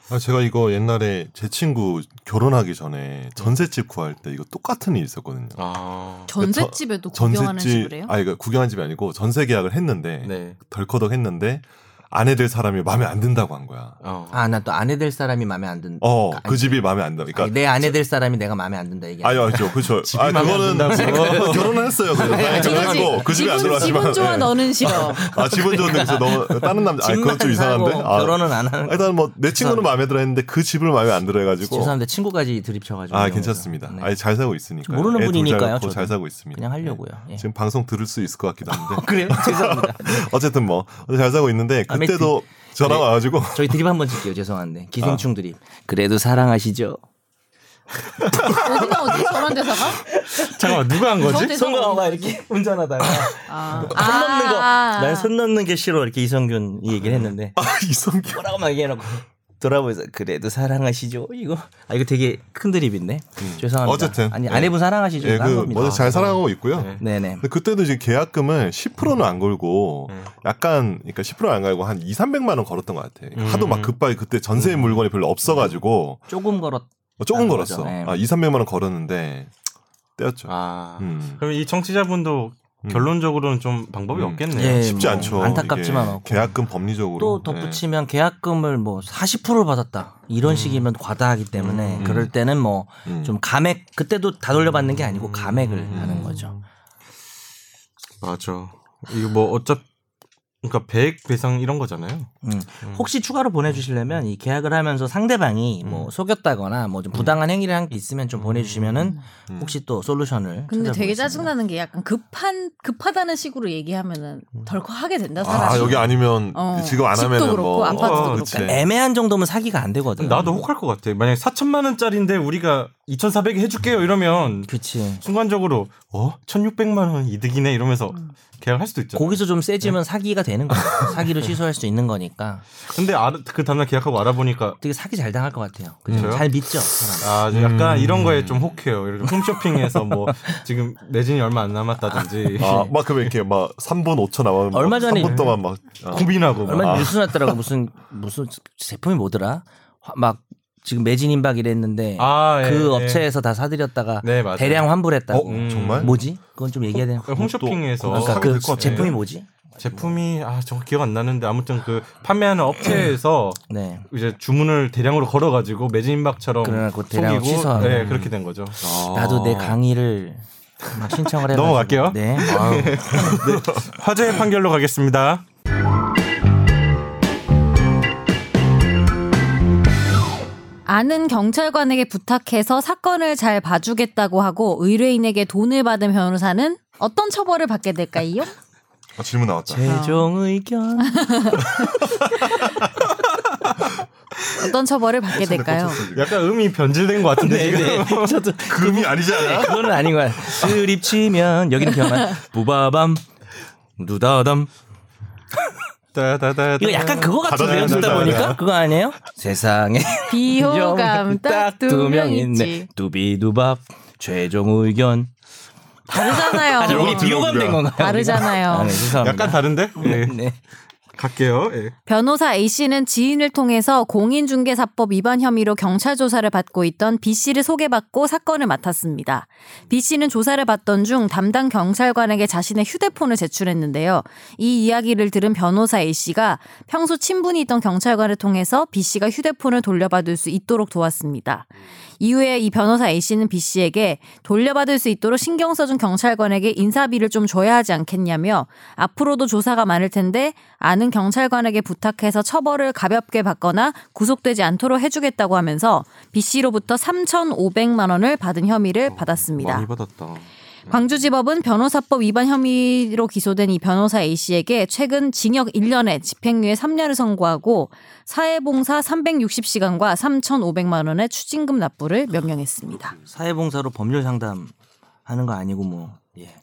S4: 아, 제가 이거 옛날에 제 친구 결혼하기 전에 전셋집 구할 때 이거 똑같은 일이 있었거든요.
S1: 아.
S3: 전셋집에도 어, 구경하는
S4: 전셋집
S3: 집이래요?
S4: 아니 그 구경한 집이 아니고 전세 계약을 했는데
S1: 네.
S4: 덜커덕 했는데 아내 될 사람이 마음에 안 든다고 한 거야.
S1: 어.
S2: 아 나 또 아내 될 사람이 마음에 안 든다.
S4: 어,
S2: 아니,
S4: 그 집이 마음에 안 든다.
S2: 아니, 네,
S4: 그러니까
S2: 내 아내 될 사람이 내가 마음에 안 든다 이게.
S4: 아니, 아니죠. 그렇죠.
S1: 집이
S4: 아,
S1: 마음에
S4: 그거는
S1: 안 든다고.
S4: 결혼을 했어요. 그래서. 아니, 결혼했고 그 집에 안
S3: 집은,
S4: 들어갔지만.
S3: 집은 좋아
S4: 예.
S3: 너는 싫어.
S4: 아, 집은 좋은데 그래서 너무 다른 남자 아니, 그건 좀 이상한데.
S2: 사고
S4: 아,
S2: 뭐 결혼은 안 하는. 거.
S4: 일단 뭐 내 친구는 마음에 들어 했는데 그 집을 마음에 안 들어 해 가지고
S2: 죄송한데 친구까지 드립쳐가지고.
S4: 아,
S2: 이런 거죠.
S4: 괜찮습니다.
S2: 네.
S4: 아니, 잘 살고 있으니까.
S2: 모르는 분이니까요, 저도.
S4: 잘 살고 있습니다.
S2: 그냥 하려고요. 예.
S4: 네.
S2: 어,
S4: 지금 방송 들을 수 있을 것 같기도 한데.
S2: 그래요? 죄송합니다.
S4: 어쨌든 뭐 잘 사고 있는데
S2: 아, 네,
S4: 그때도 전화가 와가지고
S2: 저희 드립 한번 칠게요. 죄송한데
S4: 아.
S2: 기생충 드립. 그래도 사랑하시죠.
S3: 어디가 어디 저런 데서가?
S1: 잠깐만 누가 한 거지?
S3: 저한테 손과 엄마
S2: 이렇게 운전하다가
S3: 아.
S2: 손 넘는 거.
S3: 아.
S2: 난 손 넘는 게 싫어. 이렇게 이성균이 얘기를 했는데
S4: 이성규
S2: 뭐라고 막 얘기해놓고 돌아보면서 그래도 사랑하시죠. 이거 아 이거 되게 큰 드립인데 죄송합니다.
S4: 어쨌든.
S2: 아니
S4: 네.
S2: 아내분 사랑하시죠.
S4: 예,
S2: 이거 한
S4: 그
S2: 겁니다.
S4: 먼저 잘 살아가고 있고요.
S1: 네.
S2: 네네.
S4: 근데 그때도 이제 계약금을 10%는 안 걸고
S2: 네.
S1: 음.
S4: 약간 그러니까 10%안 걸고 한 2, 300만 원 걸었던 것 같아. 그러니까
S1: 음.
S4: 하도 막 급하게 그때 전세 물건이 별로 없어가지고
S2: 조금 걸었.
S4: 어, 조금
S2: 음. 아,
S4: 걸었어.
S2: 맞아. 네.
S4: 아, 2, 300만 원 걸었는데 떼었죠.
S1: 아.
S4: 음.
S1: 그럼 이 청취자분도
S4: 음.
S1: 결론적으로는 좀 방법이
S4: 음.
S1: 없겠네요.
S2: 예.
S4: 쉽지
S2: 뭐
S4: 않죠.
S2: 안타깝지만
S4: 이게
S2: 없고.
S4: 계약금 법리적으로
S2: 또 덧붙이면 계약금을 뭐 40%를 받았다 이런 식이면 과다하기 때문에
S4: 음.
S2: 그럴 때는 뭐
S4: 예. 음.
S2: 좀 감액 그때도 다 돌려받는 게 아니고 감액을
S1: 음.
S2: 하는 거죠.
S1: 맞아. 이거 뭐 어차피 그러니까 배액 배상 이런 거잖아요.
S2: 음. 혹시 추가로 보내주시려면 이 계약을 하면서 상대방이
S4: 음.
S2: 뭐 속였다거나 뭐 좀 부당한 행위를 한 게 있으면 좀 보내주시면은
S4: 음.
S2: 혹시 또 솔루션을.
S3: 근데 되게
S2: 찾아보겠습니다.
S3: 짜증나는 게 약간 급한 급하다는 식으로 얘기하면은
S2: 음.
S3: 덜컥 하게 된다 사람이.
S4: 아 여기 아니면
S3: 어.
S4: 지금 안
S3: 집도
S4: 하면
S3: 그렇고
S4: 뭐
S3: 아파트도
S4: 어,
S3: 그렇고.
S4: 그치.
S2: 애매한 정도면 사기가 안 되거든.
S1: 나도 혹할 것 같아. 만약 에 4천만 원짜리인데 우리가 2,400에 해줄게요 이러면
S2: 그치.
S1: 순간적으로 어 1,600만 원 이득이네 이러면서
S3: 음.
S1: 계약할 수도 있잖아.
S2: 거기서 좀
S1: 네.
S2: 세지면 사기가 되는 거야. 사기를 취소할 수 있는 거니까.
S1: 근데 알아, 그 다음날 계약하고 알아보니까
S2: 되게 사기 잘 당할 것 같아요. 그죠?
S1: 그래요?
S2: 잘 믿죠, 사람.
S1: 아, 저
S2: 음.
S1: 약간 이런 거에 좀 혹해요. 예를 들어 홈쇼핑에서 뭐 지금 매진이 얼마 안 남았다든지
S2: 뭐,
S4: 아막 그러면 이렇게 막 3분 5초 남았면
S2: 얼마 전에 음.
S4: 3분 동안 막 어.
S1: 고민하고 막.
S2: 얼마
S4: 아.
S2: 나 뉴스 났더라고 무슨 무슨 제품이 뭐더라? 화- 막 지금 매진 임박 이랬는데
S1: 아, 예,
S2: 그
S1: 예.
S2: 업체에서 다 사드렸다가
S1: 네, 맞아요. 음,
S2: 대량 환불했다고.
S4: 어, 정말?
S2: 음. 뭐지? 그건 좀 얘기해야 되는 거.
S1: 홈쇼핑에서
S2: 그러니까
S4: 사기
S2: 그
S4: 될것 같아.
S2: 제품이 뭐지?
S1: 제품이 아 정말 기억 안 나는데 아무튼 그 판매하는 업체에서
S2: 네.
S1: 이제 주문을 대량으로 걸어가지고 매진박처럼
S2: 그러나 그 대량으로 아,
S1: 속이고
S2: 취소하고.
S1: 네 그렇게 된 거죠.
S2: 나도 내 강의를 막 신청을 해.
S1: 아. 넘어갈게요.
S2: 네.
S1: 화제의 판결로 가겠습니다.
S3: 아는 경찰관에게 부탁해서 사건을 잘 봐주겠다고 하고 의뢰인에게 돈을 받은 변호사는 어떤 처벌을 받게 될까요?
S4: 아, 질문 나왔다.
S2: 최종 의견.
S3: 어떤 처벌을 받게 될까요?
S1: 약간 음이 변질된 것 같은데
S2: 네,
S1: 지금 그
S2: 저도
S4: 금이 아니지 않아?
S2: 네, 그거는 아닌 거야. 스립 치면 여기는 병만 부바밤 누다담.
S1: 따다다다.
S2: 이거 약간 그거 같은데요. 듣다
S4: 다다다다다.
S2: 보니까 그거 아니에요? 세상에
S3: 비호감 딱 두 명 있지.
S2: 두비두밥 최종 의견.
S3: 다르잖아요.
S2: 아, 저 우리 비호감 된 건가요?
S3: 다르잖아요.
S2: 우리가? 아, 네, 죄송합니다.
S1: 약간 다른데? 예.
S2: 네.
S1: 갈게요. 예.
S3: 변호사 A 씨는 지인을 통해서 공인중개사법 위반 혐의로 경찰 조사를 받고 있던 B 씨를 소개받고 사건을 맡았습니다. B 씨는 조사를 받던 중 담당 경찰관에게 자신의 휴대폰을 제출했는데요. 이 이야기를 들은 변호사 A 씨가 평소 친분이 있던 경찰관을 통해서 B 씨가 휴대폰을 돌려받을 수 있도록 도왔습니다. 이후에 이 변호사 A 씨는 B 씨에게 돌려받을 수 있도록 신경 써준 경찰관에게 인사비를 좀 줘야 하지 않겠냐며 앞으로도 조사가 많을 텐데 아는 경찰관에게 부탁해서 처벌을 가볍게 받거나 구속되지 않도록 해주겠다고 하면서 B 씨로부터 3,500만 원을 받은 혐의를 받았습니다.
S1: 어, 많이 받았다.
S3: 광주지법은 변호사법 위반 혐의로 기소된 이 변호사 A 씨에게 최근 징역 1년에 집행유예 3년을 선고하고 사회봉사 360시간과 3,500만 원의 추징금 납부를 명령했습니다.
S2: 사회봉사로 법률 상담 하는 거 아니고 뭐 예.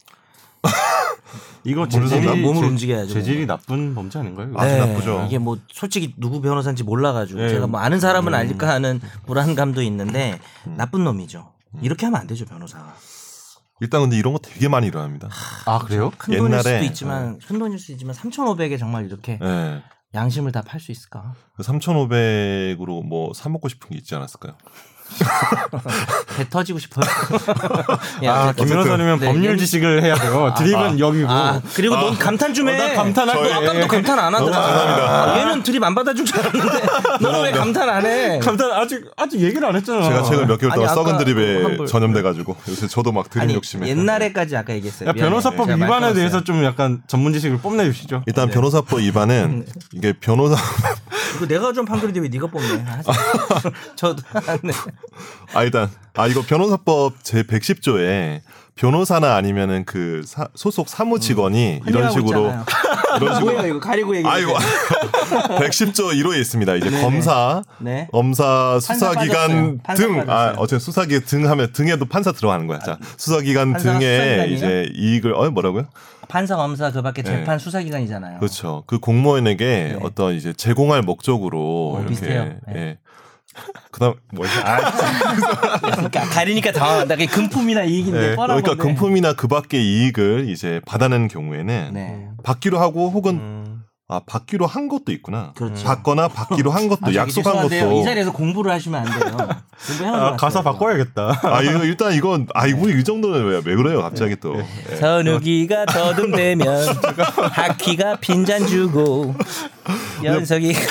S1: 이거
S4: 모르는
S1: 재질이
S4: 사람
S2: 몸을 네.
S1: 재-
S2: 움직여야죠.
S1: 재질이 나쁜 범죄 아닌가요? 이거?
S4: 아, 아주 나쁘죠.
S2: 이게 뭐 솔직히 누구 변호사인지 몰라가지고
S1: 예.
S2: 제가 뭐 아는 사람은 알릴까 하는 불안감도 있는데 나쁜 놈이죠. 이렇게 하면 안 되죠 변호사가.
S4: 일단 근데 이런 거 되게 많이 일어납니다.
S1: 아 그래요?
S2: 큰 돈일
S4: 옛날에-
S1: 네.
S2: 수도 있지만 큰 돈일 수도 있지만 3,500에 정말 이렇게
S4: 예.
S2: 양심을 다 팔 수 있을까?
S4: 3,500으로 뭐 사 먹고 싶은 게 있지 않았을까요?
S2: 배 터지고 싶어요. 예,
S1: 아,
S2: 어쨌든.
S1: 김 변호사님은
S2: 네,
S1: 법률
S2: 옛-
S1: 지식을 해야 돼요. 드립은 여기고.
S2: 아, 네. 그리고 넌 감탄 좀 해.
S1: 어, 나 감탄할 예.
S2: 너
S1: 거야.
S2: 아까도 감탄 안 하더라. 아, 얘는 드립 안 받아주고 잘하는데 너는 왜 감탄 안 해?
S1: 네. 감탄 아직 아직 얘기를 안 했잖아.
S4: 제가 최근 몇 개월
S2: 아니,
S4: 동안
S2: 아까 그
S4: 썩은 드립에
S2: 환불.
S4: 전염돼가지고 요새 저도 막 드립
S2: 아니
S4: 욕심에
S2: 옛날에까지 아까 얘기했어요.
S1: 야, 변호사법
S2: 미안해요. 제가 말
S1: 위반에
S2: 끊었어요.
S1: 대해서 좀 약간 전문 지식을 뽐내 주시죠.
S4: 일단
S2: 네.
S4: 변호사법 위반은
S2: 음.
S4: 이게 변호사
S2: 이거 내가 좀 판결인데 왜 네가 뽑네? 아, 저도 네.
S4: 아 일단 아 이거 변호사법 제 110조에 변호사나 아니면은 그 사- 소속 사무 직원이 이런
S2: 환영하고
S4: 식으로
S2: 음. 있잖아요.
S4: 이런 식으로
S2: 뭐예요 이거 가리고 얘기.
S4: 아이고 110조 1호에 있습니다. 이제 검사,
S2: 네.
S4: 검사 수사기관
S2: 빠졌어요. 판사
S4: 등, 아,
S2: 빠졌어요. 아,
S4: 어쨌든 수사기 등 하면 등에도 판사 들어가는 거야. 자, 수사기관
S2: 판사가
S4: 등에
S2: 수사기관이에요?
S4: 이제 이익을 어 뭐라고요?
S2: 판사 검사 그밖에
S4: 네.
S2: 재판 수사기관이잖아요.
S4: 그렇죠. 그 공무원에게
S2: 네.
S4: 어떤 이제 제공할 목적으로
S2: 어,
S4: 이렇게
S2: 비슷해요. 네.
S4: 예. 그다음 뭐지? 아,
S2: 그러니까 가리니까 당황한다. 그게 금품이나 이익인데
S4: 예.
S2: 뻔한
S4: 그러니까
S2: 건데.
S4: 금품이나 그밖의 이익을 이제 받아낸 경우에는
S2: 네.
S4: 받기로 하고 혹은
S1: 음.
S4: 아 받기로 한 것도 있구나.
S2: 그렇죠.
S4: 받거나 받기로 한 것도
S2: 아, 저기
S4: 약속한
S2: 죄송한데요.
S4: 것도
S2: 이 자리에서 공부를 하시면 안 돼요. 공부해야
S1: 아, 가사 바꿔야겠다.
S4: 아 이거 일단 이건 아 이거 이 정도는 왜, 왜 그래요 갑자기 또
S2: 네.
S4: 예.
S2: 선우기가 더듬대면 하키가 빈잔 주고 연석이가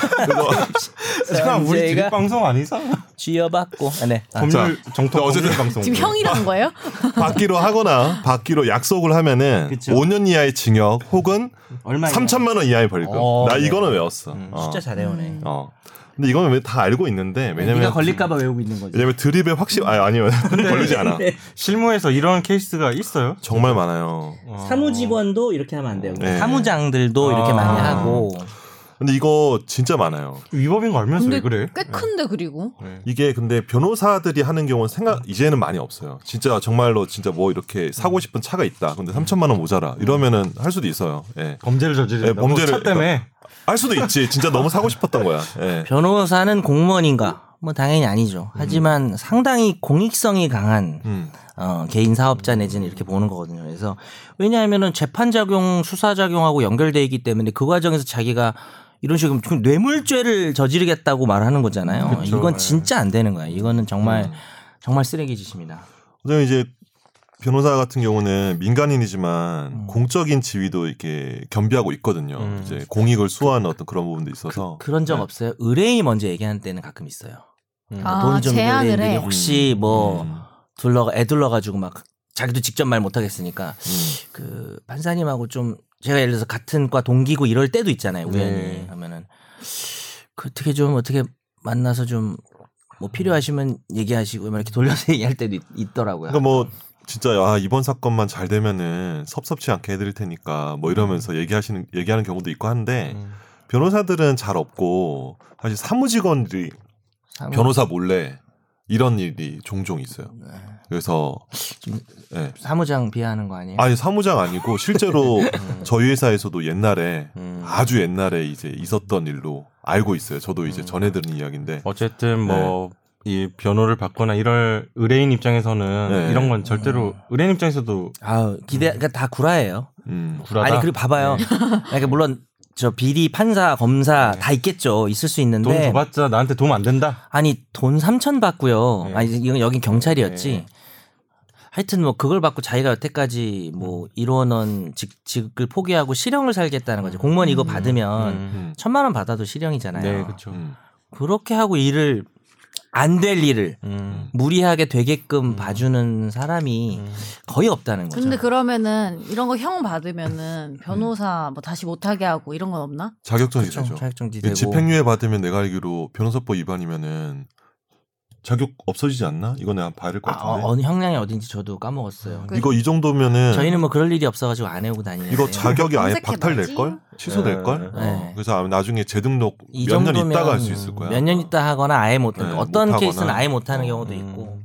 S1: 잠깐 우리
S2: 선재가
S1: 드립 방송 아니죠?
S2: 쥐어받고. 아, 네. 아,
S1: 법률 정통
S4: 근데 어쨌든
S1: 법률 방송.
S3: 지금 형이라는 거예요?
S1: 아,
S4: 받기로 하거나 받기로 약속을 하면은
S2: 그쵸.
S4: 5년 이하의 징역 혹은
S2: 얼마?
S4: 3천만 원 이하의 벌금.
S2: 어,
S4: 나
S2: 네.
S4: 이거는 외웠어. 어.
S2: 숫자 잘 외우네.
S3: 음.
S4: 어. 근데 이거는 왜 다 알고 있는데
S2: 네가
S4: 왜냐면 그
S2: 걸릴까봐 외우고 있는 거지. 네.
S4: 왜냐면 드립에 확실 아니 아니요 걸리지 않아.
S1: 실무에서 이런 케이스가 있어요?
S4: 정말 많아요.
S1: 어.
S2: 사무직원도 이렇게 하면 안 돼요.
S4: 네.
S2: 사무장들도 이렇게
S1: 아.
S2: 많이 하고.
S4: 근데 이거 진짜 많아요.
S1: 위법인 거 알면서
S3: 근데
S1: 왜 그래?
S3: 꽤 큰데 그리고
S1: 네.
S4: 이게 근데 변호사들이 하는 경우는 생각 이제는 많이 없어요. 진짜 정말로 진짜 뭐 이렇게 사고 싶은 차가 있다. 근데 3천만 원 모자라. 이러면은 할 수도 있어요. 예.
S1: 범죄를 저지르는
S4: 네, 범죄를-
S1: 차 때문에
S4: 할 수도 있지. 진짜 너무 사고 싶었던 거야. 예.
S2: 변호사는 공무원인가? 뭐 당연히 아니죠. 하지만 상당히 공익성이 강한
S4: 음.
S2: 어, 개인 사업자 내지는 이렇게 보는 거거든요. 그래서 왜냐하면은 재판 작용, 수사 작용하고 연결돼 있기 때문에 그 과정에서 자기가 이런 식으로 지금 뇌물죄를 저지르겠다고 말하는 거잖아요.
S1: 그쵸.
S2: 이건 진짜 안 되는 거야. 이거는 정말 정말 쓰레기 짓입니다.
S4: 그다음에 이제 변호사 같은 경우는 민간인이지만 공적인 지위도 이렇게 겸비하고 있거든요.
S1: 음.
S4: 이제 공익을 수호하는 어떤 그런 부분도 있어서
S2: 그런 적 없어요? 의뢰인이 먼저 얘기하는 때는 가끔 있어요.
S3: 아,
S2: 돈이 좀 있는
S3: 제안을
S2: 의뢰인들이
S3: 해.
S2: 혹시 뭐
S4: 음.
S2: 둘러 애둘러 가지고 막 자기도 직접 말 못 하겠으니까
S4: 음.
S2: 그 판사님하고 좀 제가 예를 들어서 같은 과 동기고 이럴 때도 있잖아요 우연히
S4: 네.
S2: 하면은 그 어떻게 좀 어떻게 만나서 좀 뭐 필요하시면 얘기하시고 막 이렇게 돌려서 얘기할 때도 있, 더라고요
S4: 그러니까 뭐 진짜 아 이번 사건만 잘 되면은 섭섭치 않게 해드릴 테니까 뭐 이러면서 얘기하시는 얘기하는 경우도 있고 한데
S1: 음.
S4: 변호사들은 잘 없고 사실 사무직원들이 변호사 몰래 이런 일이 종종 있어요. 그래서
S2: 좀-
S4: 예.
S2: 사무장 비하하는 거 아니에요?
S4: 아니 사무장 아니고 실제로 저희 회사에서도 옛날에
S1: 음.
S4: 아주 옛날에 이제 있었던 일로 알고 있어요. 저도 이제 전해드린 이야기인데
S1: 어쨌든 뭐. 이 변호를 받거나 이럴 의뢰인 입장에서는
S4: 네.
S1: 이런 건 절대로 의뢰인 입장에서도
S2: 아우 기대 그러니까 다 구라예요.
S4: 음.
S1: 불하다.
S2: 아니 그리고 봐봐요. 그러니까 물론 저 비리 판사 검사 다 있겠죠. 있을 수 있는데
S1: 돈 줘봤자 나한테 도움 안 된다.
S2: 아니 돈 3천 받고요.
S1: 네.
S2: 아니 이건 여긴 경찰이었지.
S1: 네.
S2: 하여튼 뭐 그걸 받고 자기가 여태까지 뭐 일원원 직, 직을 포기하고 실형을 살겠다는 거죠. 공무원 이거 받으면
S4: 음.
S2: 천만 원 받아도 실형이잖아요.
S1: 네, 그렇죠.
S4: 음.
S2: 그렇게 하고 일을 안 될 일을
S1: 음.
S2: 무리하게 되게끔
S4: 음.
S2: 봐주는 사람이 거의 없다는 거죠.
S3: 근데 그러면은 이런 거 형 받으면은 변호사 뭐 다시 못하게 하고 이런 건 없나?
S4: 자격증이
S2: 그쵸,
S4: 되죠.
S2: 자격정지
S4: 예,
S2: 되고
S4: 집행유예 받으면 내가 알기로 변호사법 위반이면은 자격 없어지지 않나? 이거 내가 봐야 될 것
S2: 아,
S4: 같은데.
S2: 어, 어느 형량이 어딘지 저도 까먹었어요.
S3: 그-
S4: 이거 이 정도면은
S2: 저희는 뭐 그럴 일이 없어가지고 안 해오고 다니는데
S4: 이거 자격이 아예
S3: 검색해봐야지.
S4: 박탈될 걸? 취소될 걸?
S1: 네.
S4: 어, 그래서 아마 나중에 재등록
S2: 이
S4: 몇 년
S2: 정도면
S4: 있다가 할 수 있을 거야.
S2: 몇 년 있다 하거나 아예 못
S4: 네,
S2: 어떤
S4: 못 하거나.
S2: 케이스는 아예 못 하는
S4: 어,
S2: 경우도
S4: 음.
S2: 있고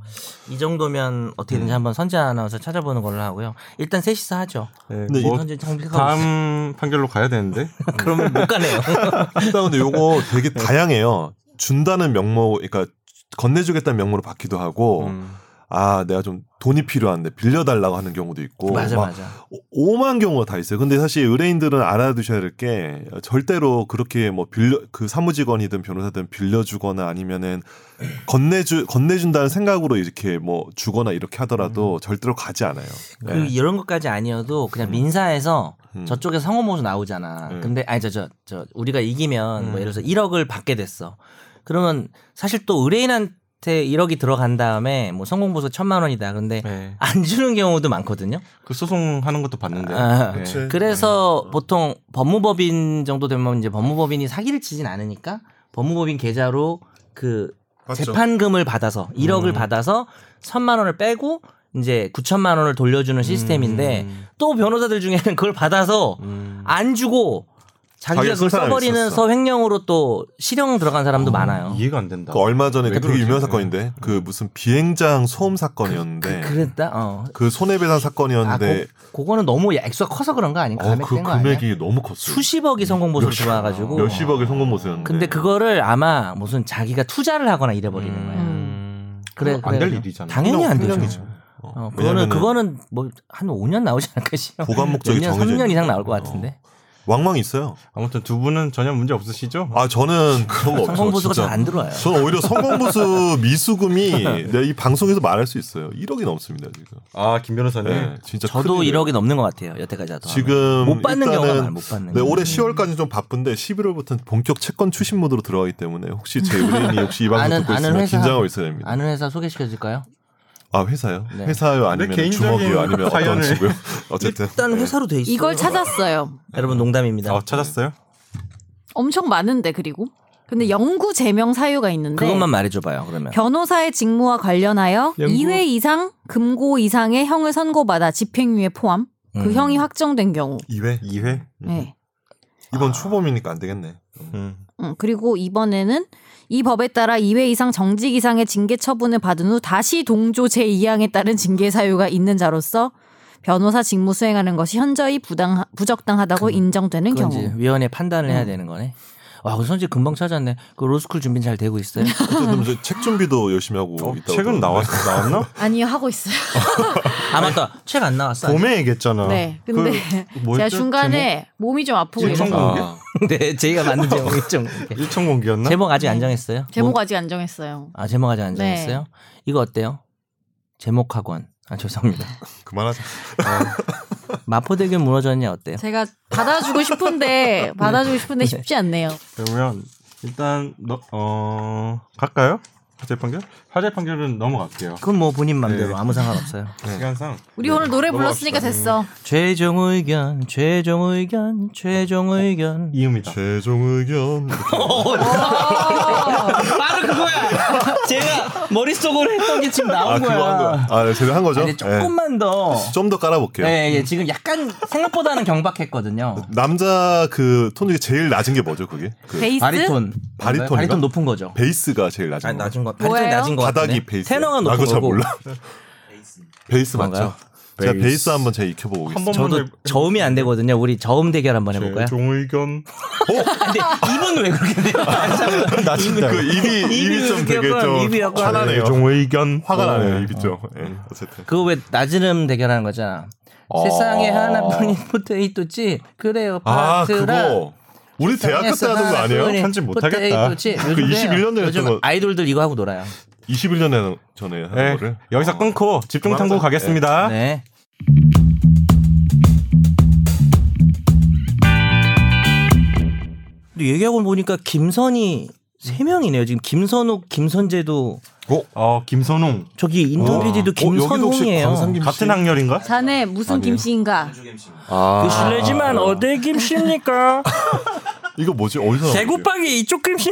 S2: 이 정도면 어떻게든지 한번 선재 아나운서 찾아보는 걸로 하고요. 일단 셋이서 하죠.
S1: 네,
S4: 근데
S1: 뭐
S2: 선재 정비가
S1: 다음 판결로 가야 되는데
S2: 그러면
S1: 뭐
S2: 못 가네요.
S4: 일단 근데 요거 되게 다양해요. 준다는 명목, 그러니까 건네주겠다는 명목으로 받기도 하고,
S1: 음.
S4: 아 내가 좀 돈이 필요한데 빌려달라고 하는 경우도 있고,
S2: 맞아
S4: 막
S2: 맞아.
S4: 오- 오만 경우가 다 있어요. 근데 사실 의뢰인들은 알아두셔야 될 게 절대로 그렇게 뭐 빌려 그 사무직원이든 변호사든 빌려주거나 아니면은 건네주 건네준다는 생각으로 이렇게 뭐 주거나 이렇게 하더라도 절대로 가지 않아요.
S2: 그
S4: 네.
S2: 이런 것까지 아니어도 그냥 민사에서
S4: 음.
S2: 저쪽에 성호모수 나오잖아.
S4: 네.
S2: 근데 아니 저 저 저 우리가 이기면
S1: 음.
S2: 뭐 예를 들어서 1억을 받게 됐어. 그러면 사실 또 의뢰인한테 1억이 들어간 다음에 뭐 성공보수 천만 원이다. 근데
S1: 네.
S2: 안 주는 경우도 많거든요.
S1: 그 소송하는 것도 봤는데.
S2: 아,
S1: 네.
S4: 그치.
S2: 그래서 보통 법무법인 정도 되면 이제 법무법인이 사기를 치진 않으니까 법무법인 계좌로 그 재판금을 받아서 1억을
S1: 음.
S2: 받아서 1천만 원을 빼고 이제 9천만 원을 돌려주는 시스템인데
S1: 음.
S2: 또 변호사들 중에는 그걸 받아서
S1: 음.
S2: 안 주고 자기가
S4: 자기가
S2: 그걸
S4: 쓴 사람이
S2: 써버리는
S4: 있었어.
S2: 서 횡령으로 또 실형 들어간 사람도 많아요.
S1: 이해가 안 된다.
S4: 그 얼마 전에
S1: 왜
S4: 되게
S1: 그러지?
S4: 유명한 사건인데 그 무슨 비행장 소음 사건이었는데 그,
S2: 그랬다. 어.
S4: 손해배상
S2: 아,
S4: 사건이었는데
S2: 고, 거는 너무 액수가 커서 그런 거 아닌가?
S4: 어, 그
S2: 감액된 거 아니야?
S4: 금액이 너무 컸어요.
S2: 수십억이 성공보수
S4: 몇십-
S2: 들어와가지고
S4: 몇십억의 성공 모습이었는데.
S2: 근데 그거를 아마 무슨 자기가 투자를 하거나 잃어버리는
S4: 음.
S2: 거예요.
S1: 음.
S2: 그래,
S1: 그거 안될
S2: 그래요.
S1: 일이잖아.
S2: 당연히 안 되죠.
S4: 횡령이죠. 어,
S2: 어, 그거는
S4: 왜냐면은
S2: 그거는 뭐 한 5년 나오지 않을까 싶어.
S4: 보관 목적이
S2: 몇년
S4: 정해져
S2: 3년
S4: 있는 어.
S2: 이상 나올 것
S4: 거구나.
S2: 같은데.
S4: 왕망이 있어요.
S1: 아무튼 두 분은 전혀 문제 없으시죠?
S4: 아 저는 그런 거 없어요.
S2: 성공 보수가
S4: 진짜.
S2: 잘 안 들어와요.
S4: 저는 오히려 성공보수 미수금이 내가 이 방송에서 말할 수 있어요. 1억이 넘습니다 지금.
S1: 아, 김 변호사님.
S4: 네, 진짜
S2: 저도
S4: 큰일이에요.
S2: 1억이 넘는 것 같아요. 여태까지 하도
S4: 지금
S2: 못 받는
S4: 일단은
S2: 경우가 많아요. 못 받는.
S4: 네,
S2: 경우.
S4: 올해 10월까지 좀 바쁜데 11월부터는 본격 채권 추신 모드로 들어가기 때문에 혹시 제 의뢰인이 혹시 이 방송
S2: 아는-
S4: 듣고
S2: 아는
S4: 있으면
S2: 회사-
S4: 긴장하고 있어야 됩니다.
S2: 아는 회사 소개시켜줄까요?
S4: 아 회사요?
S2: 네.
S4: 회사요
S1: 내
S4: 아니면
S1: 개인적인
S4: 주먹이요 아니면 어떤
S1: 사연을- 네.
S4: 친구요? 어쨌든
S2: 일단 회사로 돼 있어요.
S3: 이걸 찾았어요.
S2: 여러분 농담입니다.
S4: 네.
S1: 아, 찾았어요?
S3: 엄청 많은데 그리고
S1: 음.
S3: 근데 영구 제명 사유가 있는데
S2: 그것만 말해줘봐요. 그러면
S3: 변호사의 직무와 관련하여
S1: 영구.
S3: 2회 이상 금고 이상의 형을 선고받아 집행유예 포함 그
S2: 음.
S3: 형이 확정된 경우
S4: 2회 음.
S1: 2회? 아.
S3: 네.
S4: 이번 초범이니까 안 되겠네.
S1: 음.
S3: 음, 그리고 이번에는 이 법에 따라 2회 이상 정직 이상의 징계 처분을 받은 후 다시 동조 제2항에 따른 징계 사유가 있는 자로서 변호사 직무 수행하는 것이 현저히 부당 부적당하다고 인정되는
S2: 그건
S3: 경우.
S2: 이제 위원회 판단을 해야
S3: 음.
S2: 되는 거네. 와, 그 선지 금방 찾았네. 그 로스쿨 준비 잘 되고 있어요.
S4: 어쨌든 저책 준비도 열심히 하고
S1: 어,
S4: 있다고.
S1: 최근
S4: 들었는데.
S1: 나왔, 나왔나?
S3: 아니요 하고 있어요.
S2: 아 맞다, 책 안 나왔어.
S1: 봄에 얘기했잖아.
S3: 네. 근데
S1: 그 뭐였죠?
S3: 제가 중간에 몸이 좀 아프고
S1: 일정
S3: 이래서
S1: 공개?
S4: 아,
S2: 네, 제이가 만든 제목이 좀
S1: 일청 공기였나?
S2: 제목 아직 안 정했어요.
S3: 제목
S2: 뭐-
S3: 아직 안 정했어요.
S2: 아 제목 아직 안
S3: 네.
S2: 정했어요. 이거 어때요? 제목 학원. 아 죄송합니다.
S4: 그만하자.
S1: 아.
S2: 마포대교 무너졌냐 어때요?
S3: 제가 받아주고 싶은데 받아주고 싶은데 쉽지 않네요.
S1: 그러면 일단 너, 어 갈까요? 화재 판결? 화재 판결은 넘어갈게요.
S2: 그건 뭐 본인 맘대로
S1: 네.
S2: 아무 상관 없어요.
S1: 시간상 음.
S3: 우리 오늘 노래 불렀으니까
S4: 네.
S3: 됐어.
S2: 최종 의견, 최종 의견, 최종 의견.
S1: 이음이다.
S4: 최종 의견.
S2: 뭐 바로 그거야. 제가 머릿속으로 했던 게 지금 나온
S4: 아 그거 한 거야. 아 네, 제가 한 거죠? 네.
S2: 아니, 조금만 더.
S4: 좀 더 깔아볼게요.
S2: 예, 예, 지금 약간 생각보다는 경박했거든요.
S4: 남자 그 톤 중에 제일 낮은 게 뭐죠? 그게 그
S3: 베이스
S2: 바리톤.
S4: 바리톤인가?
S2: 바리톤 높은 거죠.
S4: 베이스가 제일 낮은
S2: 아니,
S4: 거.
S2: 낮은 거.
S3: 뭐예요?
S2: 바리톤 낮은 거.
S4: 바닥이
S2: 같은데?
S4: 베이스. 아,
S2: 테너가 높은
S4: 잘
S2: 거고.
S4: 몰라. 베이스 맞죠?
S2: 그런가요?
S4: 제가
S2: 베이스.
S4: 베이스 한번 제가 익혀보고
S1: 한
S4: 오겠습니다.
S1: 번만
S2: 저도
S1: 해보-
S2: 저음이 안 되거든요. 우리 저음 대결 한번
S4: 네,
S2: 해볼까요?
S1: 네, 종의견
S2: 근데 입은 왜 그렇게 돼요?
S4: 나 진짜 그 입이 입이 좀
S2: 입이
S4: 되게
S2: 약간,
S4: 좀
S2: 입이 약간-
S4: 화나네요.
S1: 종의견
S4: 화가 나네요
S1: 어.
S4: 입이 좀. 예, 어쨌든
S2: 그거 왜 낮이름 대결하는 거잖아. 세상에 하나뿐인 포테이토칩 그래요
S4: 아
S2: 파트라
S4: 그거 우리 대학 그때 하는 거 아니에요?
S1: 편집 못하겠다.
S4: 그 21년 전에 했던 거.
S2: 아이돌들 예. 이거 하고 놀아요
S4: 21년 전에 하는
S1: 네,
S4: 거를. 어,
S1: 여기서 끊고 집중
S4: 그만하자.
S1: 탐구
S4: 아?
S1: 가겠습니다.
S2: 네 근데 얘기하고 보니까 김선이 세 명이네요 지금 김선욱 김선재도
S1: 어 김선웅
S2: 저기
S4: 아.
S2: 인턴
S4: 어,
S2: PD도 김선웅이에요
S1: 같은 학렬인가?
S3: 자네 무슨
S4: 아,
S3: 김씨인가?
S2: 그 실례지만 어디 김씨입니까
S4: 이거 뭐지? 어디서 나온 거예요?
S2: 대구빵이 이쪽 김씨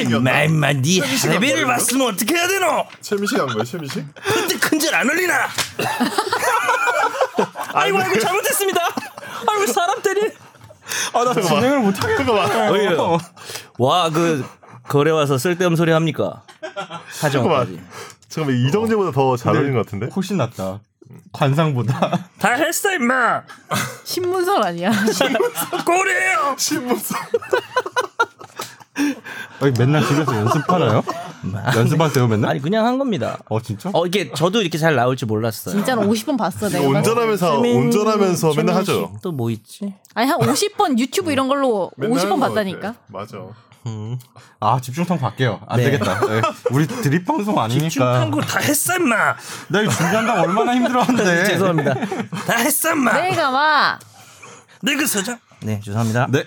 S3: 이제
S2: 마 임마 니 할배를 봤으면 어떻게 해야 되노
S4: 최민식 한 거예요? 최민식?
S2: 근데 큰절 안 올리나 아이고 아이고 잘못했습니다 아이고 사람 때리
S1: 아나 진행을 못하겠어.
S2: 와그 거래 와서 쓸데없는 소리 합니까 하정까지
S4: 잠깐만 이정재보다 더 잘 어울리는 것 같은데?
S1: 훨씬 낫다. 관상보다.
S2: 다 했어 임마
S3: 신문설 아니야?
S2: 꼬리에요
S1: 아니, 맨날 집에서 연습하나요? 연습하세요 맨날?
S2: 아니 그냥 한 겁니다
S1: 어 진짜?
S2: 어 이게 저도 이렇게 잘 나올 줄 몰랐어요
S3: 진짜 로 50번 봤어
S4: 이거
S3: 내가.
S4: 운전하면서 운전하면서 맨날 하죠.
S2: 또뭐 있지
S3: 아니 한 50번 유튜브 이런 걸로
S4: 음. 맨날
S3: 50번
S4: 하는 것
S3: 봤다니까.
S4: 같아. 맞아.
S1: 아 집중탐구 할게요. 안
S2: 네.
S1: 되겠다. 네. 우리 드립 방송 아니니까.
S2: 한국 다 했어 임마
S1: 나 이거 준비한다고 얼마나 힘들었는데.
S2: 죄송합니다 다 했어 임마
S3: 내가 막
S2: 내그 서장 네 죄송합니다
S1: 네.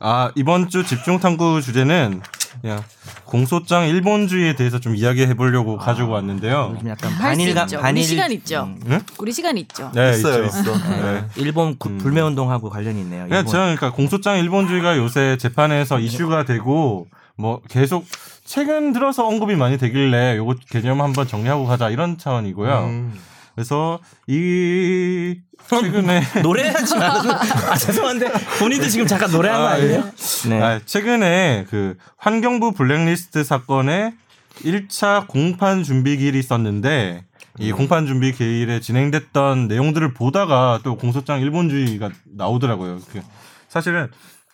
S1: 아 이번 주 집중 탐구 주제는 그냥 공소장 일본주의에 대해서 좀 이야기해 보려고
S2: 아,
S1: 가지고 왔는데요.
S2: 좀 약간
S3: 할수
S2: 반일감
S3: 있죠.
S2: 반일 음.
S3: 우리 시간 있죠.
S1: 응?
S3: 우리 시간 있죠.
S1: 네,
S4: 있어요, 아,
S1: 있죠.
S4: 있어.
S1: 네.
S2: 일본 구- 불매운동하고 관련이 있네요.
S1: 그냥
S2: 일본. 네.
S1: 저는 그러니까 공소장 일본주의가 요새 재판에서 이슈가 되고 뭐 계속 최근 들어서 언급이 많이 되길래 요거 개념 한번 정리하고 가자 이런 차원이고요.
S2: 음.
S1: 그래서 이 최근에
S2: 노래하지 말아서 아 죄송한데 본인도 지금 잠깐 노래한 거
S1: 아, 예.
S2: 아니에요? 네.
S1: 아, 최근에 그 환경부 블랙리스트 사건에 1차 공판 준비 기일이 있었는데 이 공판 준비 기일에 진행됐던 내용들을 보다가 또 공소장 일본주의가 나오더라고요. 그 사실은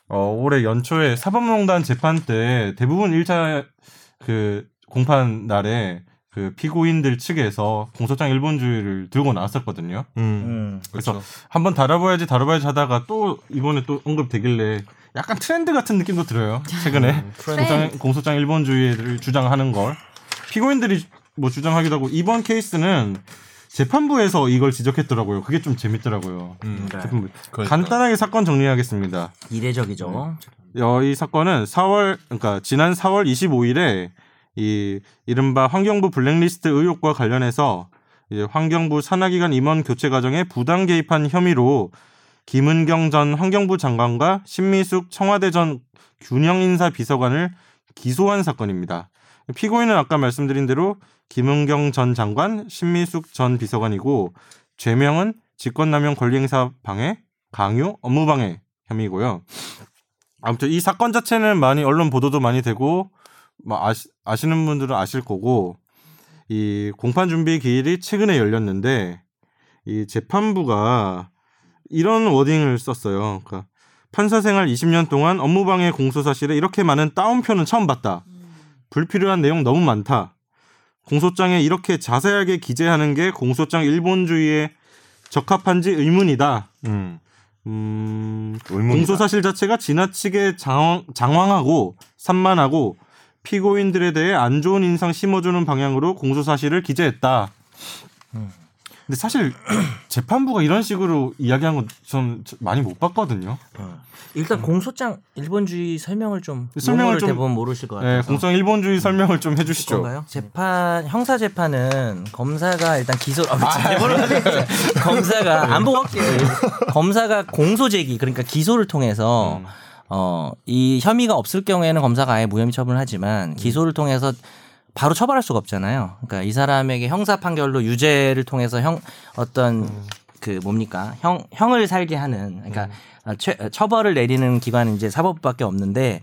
S1: 어, 올해 연초에 사법농단 재판 때 대부분 1차 그 공판 날에 그 피고인들 측에서 공소장 일본주의를 들고 나왔었거든요.
S4: 음.
S2: 음.
S1: 그래서 한번 다뤄봐야지 다뤄봐야지 하다가 또 이번에 또 언급되길래 약간 트렌드 같은 느낌도 들어요. 최근에 공소장, 공소장 일본주의를 주장하는 걸 피고인들이 뭐 주장하기도 하고 이번 케이스는 재판부에서 이걸 지적했더라고요. 그게 좀 재밌더라고요.
S4: 음.
S1: 재판부.
S4: 그러니까.
S1: 간단하게 사건 정리하겠습니다.
S2: 이례적이죠.
S1: 어, 이 사건은 4월 그러니까 지난 4월 25일에 이 이른바 환경부 블랙리스트 의혹과 관련해서 이제 환경부 산하기관 임원 교체 과정에 부당 개입한 혐의로 김은경 전 환경부 장관과 신미숙 청와대 전 균형인사 비서관을 기소한 사건입니다. 피고인은 아까 말씀드린 대로 김은경 전 장관, 신미숙 전 비서관이고 죄명은 직권남용 권리행사 방해, 강요, 업무방해 혐의고요. 아무튼 이 사건 자체는 많이 언론 보도도 많이 되고 뭐 아시, 아시는 분들은 아실 거고 이 공판 준비 기일이 최근에 열렸는데 이 재판부가 이런 워딩을 썼어요. 그러니까 판사 생활 20년 동안 업무방해 공소 사실에 이렇게 많은 따옴표는 처음 봤다. 불필요한 내용 너무 많다. 공소장에 이렇게 자세하게 기재하는 게 공소장 일본주의에 적합한지 의문이다.
S4: 음.
S1: 음,
S4: 의문이다.
S1: 공소 사실 자체가 지나치게 장황, 장황하고 산만하고 피고인들에 대해 안 좋은 인상 심어주는 방향으로 공소 사실을 기재했다. 근데 사실 재판부가 이런 식으로 이야기한 건좀 많이 못 봤거든요.
S2: 음. 일단 공소장 일본주의 설명을 좀
S1: 설명을
S2: 설명을
S1: 좀-
S2: 대부분 모르실 것
S1: 네,
S2: 같아서.
S1: 공성 일본주의 설명을 좀 해주시죠.
S2: 건가요? 재판 형사 재판은 검사가 일단 기소 아, 모르겠어요. 검사가 안 보고 할게요. 검사가 공소 제기 그러니까 기소를 통해서 어 이 혐의가 없을 경우에는 검사가 아예 무혐의 처분을 하지만 기소를 통해서 바로 처벌할 수가 없잖아요. 그러니까 이 사람에게 형사 판결로 유죄를 통해서 형 어떤 그 뭡니까 형 형을 살게 하는 그러니까 어, 최- 어, 처벌을 내리는 기관은 이제 사법부밖에 없는데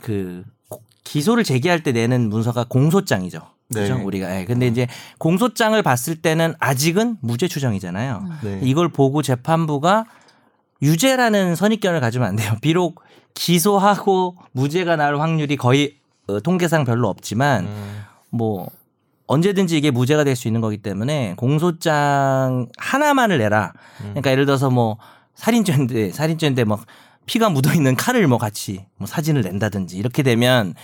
S2: 그 고- 기소를 제기할 때 내는 문서가 공소장이죠. 그죠?
S1: 네.
S2: 우리가. 예. 근데 이제 공소장을 봤을 때는 아직은 무죄 추정이잖아요.
S1: 네.
S2: 이걸 보고 재판부가 유죄라는 선입견을 가지면 안 돼요. 비록 기소하고 무죄가 날 확률이 거의 어, 통계상 별로
S1: 음.
S2: 없지만 뭐 언제든지 이게 무죄가 될 수 있는 거기 때문에 공소장 하나만을 내라.
S4: 음.
S2: 그러니까 예를 들어서 뭐 살인죄인데 살인죄인데 막 피가 묻어 있는 칼을 뭐 같이 뭐 사진을 낸다든지 이렇게 되면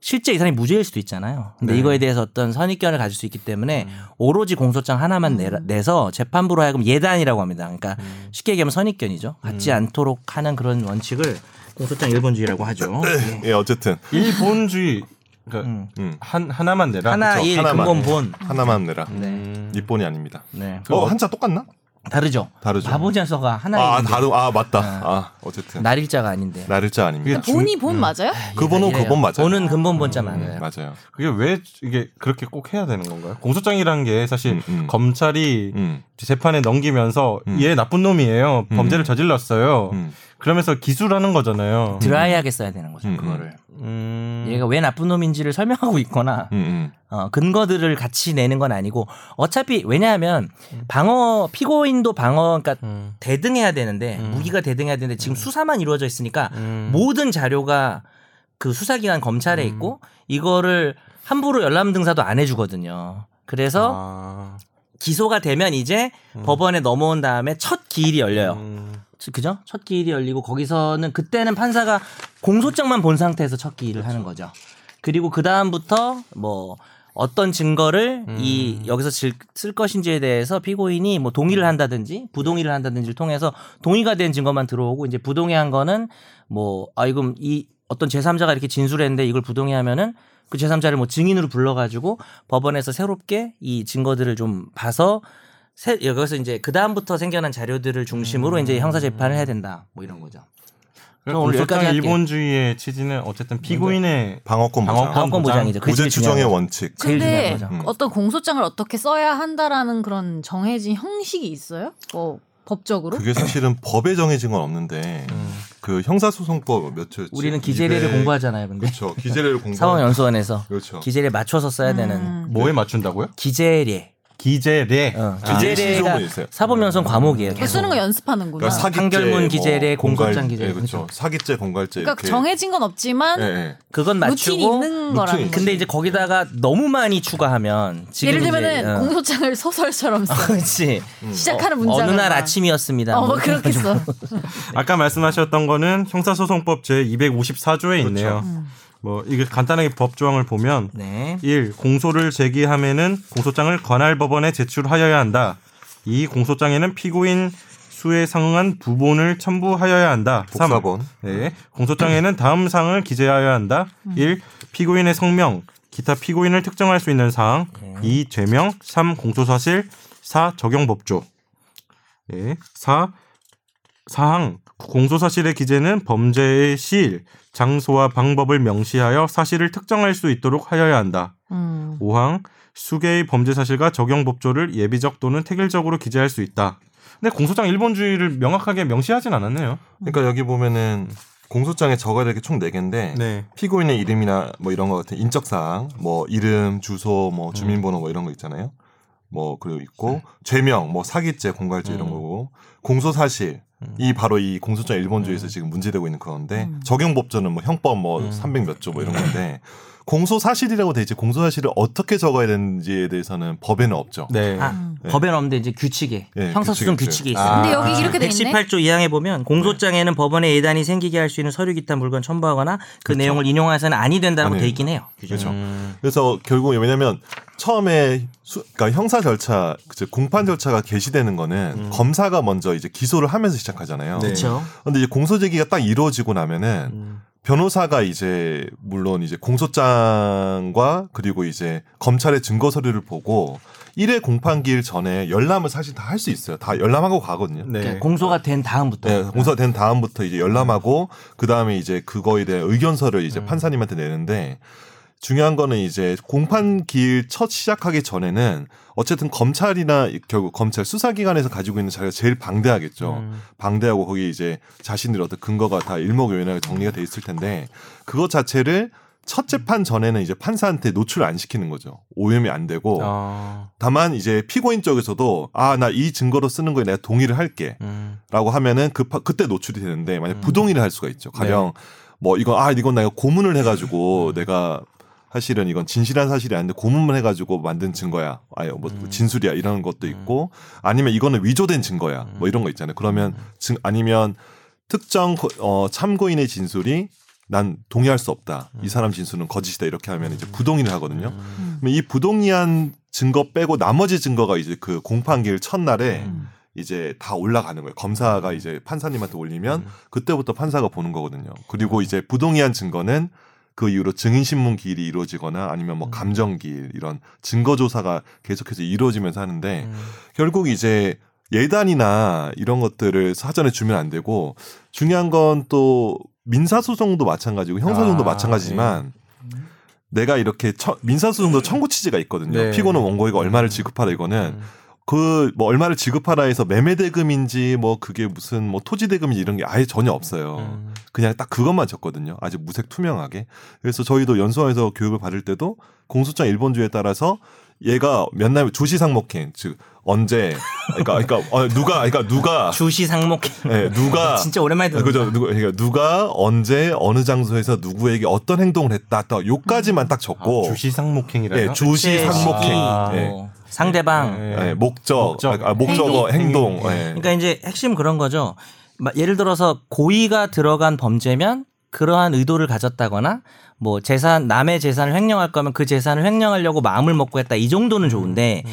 S2: 실제 이 사람이 무죄일 수도 있잖아요. 근데
S4: 네.
S2: 이거에 대해서 어떤 선입견을 가질 수 있기 때문에
S4: 음.
S2: 오로지 공소장 하나만 내라- 내서 재판부로 하여금 예단이라고 합니다. 그러니까
S4: 음.
S2: 쉽게 얘기하면 선입견이죠. 갖지 않도록 하는 그런 원칙을 공소장 일본주의라고 하죠. 예.
S4: 예, 어쨌든
S1: 일본주의 그러니까
S2: 음.
S4: 음.
S1: 한 하나만 내라.
S2: 하나
S4: 그쵸.
S2: 일
S4: 그렇죠. 하나만.
S2: 근본 본.
S4: 하나만 내라.
S1: 음.
S4: 일본이 아닙니다.
S2: 네.
S4: 어, 한자 똑같나?
S2: 다르죠.
S4: 다르죠.
S2: 바보자서가 하나
S4: 아,
S2: 일인데
S4: 다른 아, 맞다.
S2: 네.
S4: 아, 어쨌든
S2: 날일자가 아닌데.
S4: 날일자 아닙니다.
S3: 본이 본 맞아요?
S4: 그 번호
S2: 이래요.
S4: 그번 맞아요.
S2: 본은 근본 본자
S4: 음,
S2: 맞아요.
S4: 맞아요.
S1: 그게 왜 이게 그렇게 꼭 해야 되는 건가요? 공소장이라는 게 사실
S4: 음, 음.
S1: 검찰이
S4: 음.
S1: 재판에 넘기면서
S4: 음.
S1: 얘 나쁜 놈이에요.
S4: 음.
S1: 범죄를 저질렀어요.
S4: 음.
S1: 그러면서 기술하는 거잖아요.
S2: 드라이하게 예. 써야 되는 거죠.
S4: 음,
S2: 그거를.
S1: 음.
S2: 얘가 왜 나쁜 놈인지를 설명하고 있거나
S4: 음, 음.
S2: 어, 근거들을 같이 내는 건 아니고 어차피 왜냐하면 방어 피고인도 방어 그러니까
S1: 음.
S2: 대등해야 되는데
S1: 음.
S2: 무기가 대등해야 되는데 지금 수사만 이루어져 있으니까
S1: 음.
S2: 모든 자료가 그 수사기관 검찰에 있고 이거를 함부로 열람 등사도 안 해주거든요. 그래서
S1: 아.
S2: 기소가 되면 이제 법원에 넘어온 다음에 첫 기일이 열려요.
S1: 음.
S2: 그죠? 첫 기일이 열리고 거기서는 그때는 판사가 공소장만 본 상태에서 첫 기일을 하는 거죠. 그리고 그 다음부터 뭐 어떤 증거를 이 여기서 질- 쓸 것인지에 대해서 피고인이 뭐 동의를 한다든지 부동의를 한다든지를 통해서 동의가 된 증거만 들어오고 이제 부동의한 거는 뭐아 이거 이 어떤 제3자가 이렇게 진술했는데 이걸 부동의하면은 그 제3자를 뭐 증인으로 불러가지고 법원에서 새롭게 이 증거들을 좀 봐서 새, 여기서 이제 그 다음부터 생겨난 자료들을 중심으로 이제
S4: 음.
S2: 형사 재판을 해야 된다 뭐 이런 거죠. 그럼 오늘 여기까지
S1: 공소장
S2: 할게요.
S1: 일본주의의 취지는 어쨌든 피고인의
S4: 방어권 보장.
S1: 방어권
S2: 방어권 보장이죠. 그
S4: 무죄
S2: 제일 중요한
S4: 추정의
S2: 거죠.
S4: 원칙.
S2: 제일
S3: 근데
S2: 중요한 거죠.
S4: 음.
S3: 어떤 공소장을 어떻게 써야 한다라는 그런 정해진 형식이 있어요? 뭐 법적으로?
S4: 그게
S2: 음.
S4: 사실은 법에 정해진 건 없는데 그 형사소송법 몇 조였지?
S2: 우리는 기재례를
S4: 200
S2: 공부하잖아요, 근데
S4: 그렇죠. 기재례를 공부.
S2: 사법연수원에서
S4: 그렇죠.
S2: 기재례 맞춰서 써야 되는
S3: 음.
S1: 뭐에 맞춘다고요?
S2: 기재례
S1: 기재례.
S2: 그 어,
S4: 아,
S2: 기재례가
S4: 시조문 있어요. 음.
S2: 사법연수원 과목이에요.
S3: 그거
S2: 계속.
S3: 쓰는 거 연습하는구나.
S4: 그러니까
S3: 그러니까,
S4: 사기죄,
S2: 판결문 기재례, 공소장
S4: 공갈-
S2: 기재례,
S4: 예, 그렇죠. 사기죄, 공갈죄 이렇게.
S3: 그러니까 정해진 건 없지만
S4: 예, 예.
S2: 그건
S3: 루틴이
S2: 맞추고
S3: 있는
S4: 루틴이
S3: 거라는 거지.
S4: 있는
S2: 근데 이제 거기다가 너무 많이 추가하면 지금
S3: 예를
S2: 이제,
S3: 들면은
S2: 어.
S3: 공소장을 소설처럼 써.
S2: 그렇지.
S3: 시작하는
S2: 어,
S3: 문장을
S2: 어느 날
S3: 막.
S2: 아침이었습니다.
S3: 어,
S2: 뭐
S3: 뭐 그렇게 써.
S2: 네.
S1: 아까 말씀하셨던 거는 형사소송법 제
S2: 그렇죠.
S1: 254조에 있네요.
S2: 음.
S1: 뭐 이게 간단하게 법 조항을 보면
S2: 네.
S1: 1. 공소를 제기함에는 공소장을 관할 법원에 제출하여야 한다. 2. 공소장에는 피고인 수에 상응한 부본을 첨부하여야 한다. 삼.
S4: 복사본.
S1: 네. 공소장에는 다음 사항을 기재하여야 한다. 일 피고인의 성명, 기타 피고인을 특정할 수 있는 사항. 이 죄명. 삼 공소사실. 사 적용법조. 네. 사 사항 공소사실의 기재는 범죄의 시일, 장소와 방법을 명시하여 사실을 특정할 수 있도록 하여야 한다.
S3: 음.
S1: 5항 수개의 범죄 사실과 적용 법조를 예비적 또는 태길적으로 기재할 수 있다. 근데 공소장 일본주의를 명확하게 명시하진 않았네요.
S2: 음.
S4: 그러니까 여기 보면은 공소장에 적어야 될 게 총 네 개인데
S1: 네.
S4: 피고인의 이름이나 뭐 이런 거 같은 인적 사항, 뭐 이름, 주소,
S1: 음.
S4: 뭐 주민번호 뭐 이런 거 있잖아요. 뭐 그리고 있고 죄명, 뭐 사기죄, 공갈죄 이런
S1: 네. 음.
S4: 거고 공소 사실 이 바로 이 공소장 일본주의에서 지금 문제되고 있는 그건데 적용 법조는 뭐 형법 뭐
S1: 네. 음.
S4: 300 몇 조 뭐 이런 건데 공소 사실이라고 돼 있지 공소 사실을 어떻게 적어야 되는지에 대해서는 법에는 없죠.
S1: 네.
S2: 아,
S4: 네.
S2: 법에는 없는데 이제 규칙에
S4: 네,
S2: 형사소송
S4: 규칙이
S2: 규칙이
S4: 있죠.
S2: 있어요.
S3: 근데 여기 이렇게 돼 있네.
S2: 118조 2항에 보면 공소장에는 법원의 예단이 생기게 할 수 있는 서류 기타 물건 첨부하거나 그 내용을 인용해서는 아니 된다고
S4: 아니,
S2: 돼 있긴 해요.
S4: 그렇죠. 그래서 결국 왜냐면 처음에 수, 그러니까 형사 절차, 즉 공판 절차가 개시되는 거는 검사가 먼저 이제 기소를 하면서 시작하잖아요.
S1: 네.
S2: 그렇죠.
S4: 근데 이제 공소 제기가 딱 이루어지고 나면은 변호사가 이제 물론 이제 공소장과 그리고 이제 검찰의 증거 서류를 보고 일회 공판기일 전에 열람을 사실 다 할 수 있어요. 다 열람하고 가거든요.
S1: 네.
S2: 그러니까 공소가 된 다음부터.
S4: 네, 공소된 다음부터 이제 열람하고 그 다음에 이제 그거에 대한 의견서를 이제 판사님한테 내는데 중요한 거는 이제 공판 기일 첫 시작하기 전에는 어쨌든 검찰이나 결국 검찰 수사기관에서 가지고 있는 자료가 제일 방대하겠죠. 방대하고 거기 이제 자신들 어떤 근거가 다 일목요연하게 정리가 돼 있을 텐데 그것 자체를 첫 재판 전에는 이제 판사한테 노출 안 시키는 거죠. 오염이 안 되고
S1: 아,
S4: 다만 이제 피고인 쪽에서도 아 나 이 증거로 쓰는 거에 내가 동의를 할게.
S1: 음.
S4: 라고 하면은 그 파- 그때 노출이 되는데 만약 부동의를 할 수가 있죠. 가령 뭐 이건 아 이건 내가 고문을 해가지고 내가 사실은 이건 진실한 사실이 아닌데 고문만 해가지고 만든 증거야. 아예 뭐 진술이야 이런 것도 있고 아니면 이거는 위조된 증거야. 뭐 이런 거 있잖아요. 그러면 증 아니면 특정 거- 어 참고인의 진술이 난 동의할 수 없다. 이 사람 진술은 거짓이다. 이렇게 하면 이제 부동의를 하거든요. 그러면 이 부동의한 증거 빼고 나머지 증거가 이제 그 공판기일 첫날에 이제 다 올라가는 거예요. 검사가 이제 판사님한테 올리면 그때부터 판사가 보는 거거든요. 그리고 이제 부동의한 증거는 그 이후로 증인신문 기일이 이루어지거나 아니면 뭐 감정 기일 이런 증거 조사가 계속해서 이루어지면서 하는데 결국 이제 예단이나 이런 것들을 사전에 주면 안 되고 중요한 건 또 민사소송도 마찬가지고 형사소송도
S1: 아,
S4: 마찬가지지만 내가 이렇게 처- 민사소송도 청구 취지가 있거든요.
S1: 음. 네. 음.
S4: 피고는 원고에게 얼마를 지급하라 이거는 그 뭐 얼마를 지급하라 해서 매매 대금인지 뭐 그게 무슨 뭐 토지 대금인지 이런 게 아예 전혀 없어요.
S1: 음.
S4: 그냥 딱 그것만 줬거든요. 아주 무색 투명하게. 그래서 저희도 연수원에서 교육을 받을 때도 공소장 일본주에 따라서 얘가 몇 날 조시 상목행 즉 언제 그러니까 그러니까 어, 누가 그러니까 누가
S2: 주시 상목.
S4: 예, 누가
S2: 진짜 오랜만에
S4: 아,
S2: 듣는
S4: 그죠 누가 그러니까 누가 언제 어느 장소에서 누구에게 어떤 행동을 했다 딱 요까지만 딱
S1: 아,
S4: 적고
S1: 어. 주시상목행이라요.
S4: 예, 조시 상목행
S1: 아.
S4: 예.
S2: 뭐 상대방.
S1: 예.
S4: 예, 목적,
S1: 목적.
S4: 아, 목적어 행동. 예.
S2: 그러니까 이제 핵심 그런 거죠. 마- 예를 들어서 고의가 들어간 범죄면 그러한 의도를 가졌다거나 뭐 재산 남의 재산을 횡령할 거면 그 재산을 횡령하려고 마음을 먹고 했다 이 정도는 좋은데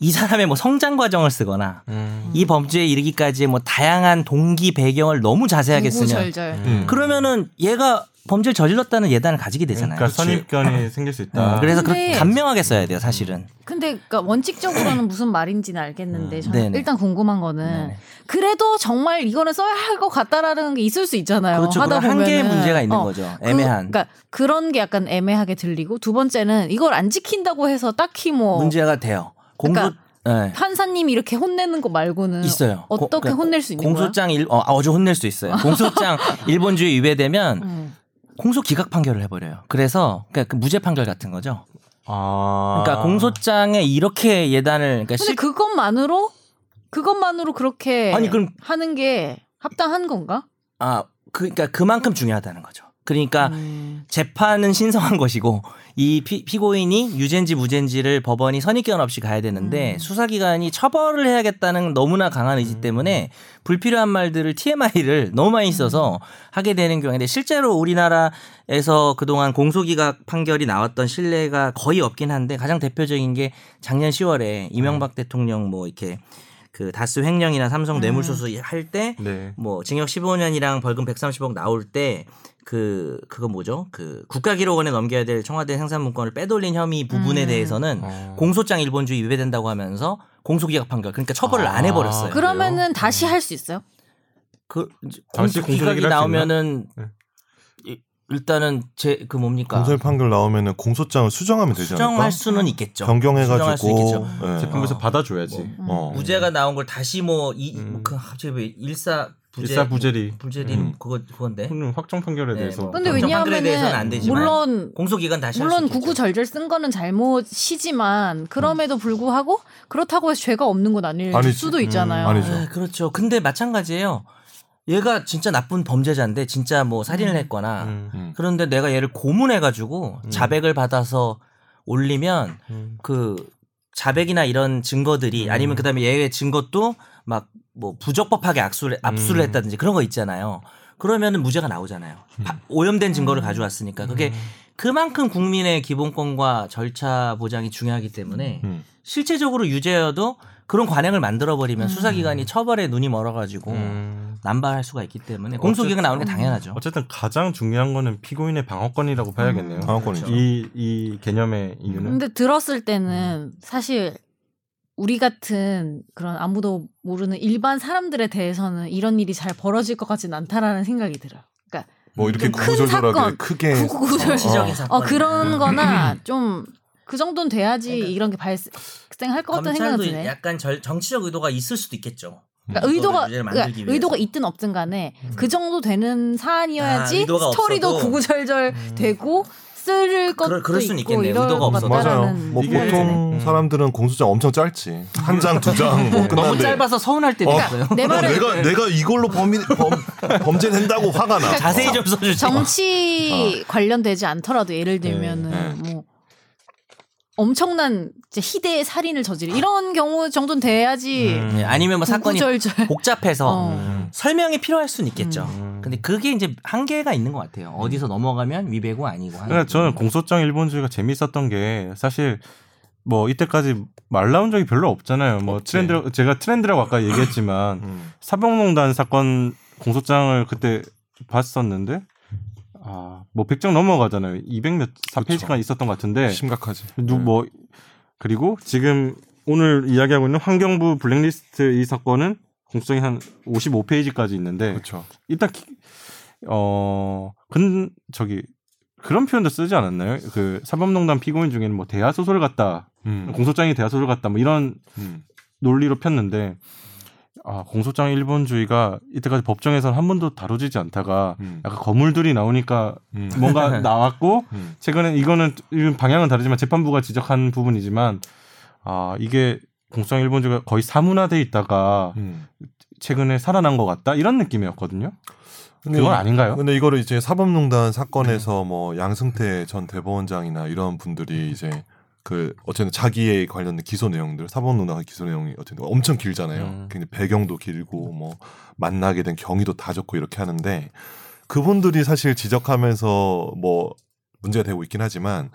S2: 이 사람의 뭐 성장 과정을 쓰거나
S1: 음.
S2: 이 범죄에 이르기까지 뭐 다양한 동기 배경을 너무 자세하게 쓰면 음.
S3: 우구절절.
S1: 음.
S2: 그러면은 얘가 범죄를 저질렀다는 예단을 가지게 되잖아요.
S1: 그러니까 선입견이 생길 수 있다.
S2: 어, 그래서 그렇게
S3: 근데-
S2: 간명하게 써야 돼요, 사실은.
S3: 근데 그러니까 원칙적으로는 무슨 말인지는 알겠는데 저는
S2: 음. 네네.
S3: 일단 궁금한 거는
S2: 네네.
S3: 그래도 정말 이거는 써야 할 것 같다라는 게 있을 수 있잖아요.
S2: 그렇죠.
S3: 하다
S2: 그건 한계의
S3: 보면은.
S2: 문제가 있는
S3: 어,
S2: 거죠. 애매한.
S3: 그, 그러니까 그런 게 약간 애매하게 들리고 두 번째는 이걸 안 지킨다고 해서 딱히 뭐
S2: 문제가 돼요. 공부
S3: 그러니까
S2: 예.
S3: 판사님이 이렇게 혼내는 거 말고는
S2: 있어요. 고-
S3: 음, 어떻게
S2: 그러니까
S3: 혼낼 수 있는
S2: 공소장 일, 어, 아주 혼낼 수 있어요. 공소장 일본주의 위배되면
S3: 거야? 음.
S2: 공소 기각 판결을 해버려요. 그래서 그러니까 그 무죄 판결 같은 거죠.
S1: 아.
S2: 그러니까 공소장에 이렇게 예단을 그러니까
S3: 근데
S2: 실-
S3: 그것만으로 그것만으로 그렇게
S2: 아니 그럼
S3: 하는 게 합당한 건가?
S2: 아 그, 러니까 그만큼 중요하다는 거죠. 그러니까
S3: 음.
S2: 재판은 신성한 것이고 이 피, 고인이 유죄인지 무죄인지를 법원이 선입견 없이 가야 되는데
S3: 음.
S2: 수사기관이 처벌을 해야겠다는 너무나 강한 의지 때문에 불필요한 말들을 TMI를 너무 많이 써서 하게 되는 경우인데 실제로 우리나라에서 그동안 공소기각 판결이 나왔던 신뢰가 거의 없긴 한데 가장 대표적인 게 작년 10월에 이명박 대통령 뭐 이렇게 그 다스 횡령이나 삼성 뇌물수수 할때
S1: 네.
S2: 뭐 징역 15년이랑 벌금 130억 나올 때 그 그거 뭐죠? 그 국가기록원에 넘겨야 될 청와대 생산 문건을 빼돌린 혐의 부분에
S3: 음.
S2: 대해서는
S1: 어.
S2: 공소장 일본주의 위배된다고 하면서 공소기각 판결 그러니까 처벌을
S1: 아,
S2: 안 해버렸어요.
S1: 그럼-
S3: 그러면은 다시 할 수 있어요?
S2: 그 이제
S1: 다시
S2: 공소기각이
S1: 공소기각
S2: 나오면은
S1: 네.
S2: 이- 일단은 제 그 뭡니까
S4: 공소의 판결 나오면은 공소장을 수정하면 되지 않을까?
S2: 수정할 수는 있겠죠.
S4: 변경해가지고
S2: 수정할 수 있겠죠.
S4: 예.
S1: 재판부에서
S2: 어.
S1: 받아줘야지.
S3: 음.
S4: 어.
S2: 무죄가 나온 걸 다시 뭐이
S1: 음.
S2: 뭐, 그 갑자기 왜 일사 부재
S1: 일사부재리.
S2: 부재리
S4: 음.
S2: 그거 그건데
S1: 음, 확정 판결에
S2: 네,
S1: 대해서.
S2: 뭐.
S3: 근데
S2: 법정 판결에 대해서는 안
S3: 왜냐하면은
S2: 되지만.
S3: 물론
S2: 공소기간 다시 할수
S3: 물론
S2: 있겠죠.
S3: 구구절절 쓴 거는 잘못이지만 그럼에도
S2: 음.
S3: 불구하고 그렇다고 해서 죄가 없는 건 아닐
S4: 아니지.
S3: 수도
S4: 음,
S3: 있잖아요.
S4: 아니죠.
S2: 네, 그렇죠. 근데 마찬가지예요. 얘가 진짜 나쁜 범죄자인데 진짜 뭐 살인을 했거나
S1: 음.
S4: 음.
S2: 그런데 내가 얘를 고문해가지고
S1: 음.
S2: 자백을 받아서 올리면
S1: 음.
S2: 그 자백이나 이런 증거들이
S1: 음.
S2: 아니면 그다음에 얘의 증거도 막 뭐 부적법하게 악수를 압수를
S1: 음.
S2: 했다든지 그런 거 있잖아요. 그러면은 무죄가 나오잖아요. 바- 오염된
S1: 음.
S2: 증거를 가져왔으니까 그게 그만큼 국민의 기본권과 절차 보장이 중요하기 때문에
S4: 음.
S2: 실제적으로 유죄여도 그런 관행을 만들어 버리면
S3: 음.
S2: 수사기관이 처벌에 눈이 멀어가지고
S1: 음.
S2: 남발할 수가 있기 때문에 공소기가 나오는 게 당연하죠.
S1: 어쨌든 가장 중요한 거는 피고인의 방어권이라고 봐야겠네요.
S4: 방어권이죠.
S1: 이, 이 개념의 이유는
S3: 근데 들었을 때는
S2: 음.
S3: 사실 우리 같은 그런 아무도 모르는 일반 사람들에 대해서는 이런 일이 잘 벌어질 것 같진 않다라는 생각이 들어요. 그러니까
S4: 뭐 이렇게
S3: 좀큰
S4: 구구절절하게
S3: 사건.
S4: 크게
S2: 네.
S3: 구구절
S2: 정치적인
S3: 어
S2: 사건.
S3: 그런 거나
S2: 음.
S3: 좀 그 정도는 돼야지
S2: 그러니까
S3: 이런 게 발생할 것 같다는 생각이
S2: 검찰도
S3: 드네.
S2: 약간 절- 정치적 의도가 있을 수도 있겠죠.
S3: 그러니까 의도가
S2: 문제를
S3: 그러니까
S2: 만들기 위해서. 음.
S3: 의도가 있든 없든 간에 그 정도 되는 사안이어야지
S2: 아, 의도가
S3: 스토리도
S2: 없어도. 음.
S3: 구구절절 되고 쓸 것도
S2: 그럴- 그럴 수는
S3: 있고
S2: 있겠네요.
S3: 이럴
S2: 의도가
S3: 것
S2: 없어도.
S4: 맞아요.
S3: 같다라는
S4: 뭐
S1: 이게-
S4: 보통
S1: 음.
S4: 사람들은 공소장 엄청 짧지 한 장 두 장뭐 끝났는데
S2: 너무 짧아서 서운할 때도
S4: 어.
S2: 있어요.
S3: 내
S4: 어,
S3: 말은
S4: 내가 내가 이걸로 범인 범 범죄낸다고 화가
S3: 그러니까
S4: 나. 어.
S2: 자세히 좀 써주세요.
S3: 정치
S2: 아.
S3: 관련되지 않더라도 예를 들면은
S4: 네.
S3: 뭐 엄청난 이제 희대의 살인을 저지르 이런 경우 정도는 돼야지
S1: 음.
S2: 네, 아니면 뭐 사건이
S3: 구구절절
S2: 복잡해서
S3: 어.
S1: 음.
S2: 설명이 필요할 수는 있겠죠.
S1: 음.
S2: 근데 그게 이제 한계가 있는 것 같아요. 어디서 넘어가면 위배고 아니고. 하는
S1: 그러니까 저는
S2: 부분.
S1: 공소장 일본주의가 재미있었던 게 사실 뭐 이때까지 말 나온 적이 별로 없잖아요. 뭐
S4: 없지.
S1: 트렌드 제가 트렌드라고 아까 얘기했지만
S4: 음.
S1: 사법농단 사건 공소장을 그때 봤었는데 아뭐 100장 넘어가잖아요. 200몇 4페이지간 있었던 것
S4: 네.
S1: 같은데
S4: 심각하지.
S1: 누 뭐 그리고 지금 오늘 이야기하고 있는 환경부 블랙리스트 이 사건은 공소장이 한 55페이지까지 있는데
S4: 그렇죠.
S1: 일단 기- 어, 근 저기 그런 표현도 쓰지 않았나요? 그 사법농단 피고인 중에는 뭐 대하 소설 같다,
S4: 음.
S1: 공소장이 대하 소설 같다, 뭐 이런
S4: 음.
S1: 논리로 폈는데 아 공소장 일본주의가 이때까지 법정에서는 한 번도 다뤄지지 않다가
S4: 음.
S1: 약간 거물들이 나오니까
S4: 음.
S1: 뭔가 나왔고
S4: 음.
S1: 최근에 이거는 이건 방향은 다르지만 재판부가 지적한 부분이지만 아 이게 공소장 일본주의가 거의 사문화돼 있다가
S4: 음.
S1: 최근에 살아난 것 같다 이런 느낌이었거든요.
S4: 근데
S1: 그건
S4: 이-
S1: 아닌가요? 네.
S4: 근데 이거를 이제 사법농단 사건에서 뭐 양승태 전 대법원장이나 이런 분들이 이제 그 어쨌든 자기에 관련된 기소 내용들 사법농단 기소 내용이 어쨌든 엄청 길잖아요.
S1: 음.
S4: 굉장히 배경도 길고 뭐 만나게 된 경위도 다 적고 이렇게 하는데 그분들이 사실 지적하면서 뭐 문제가 되고 있긴 하지만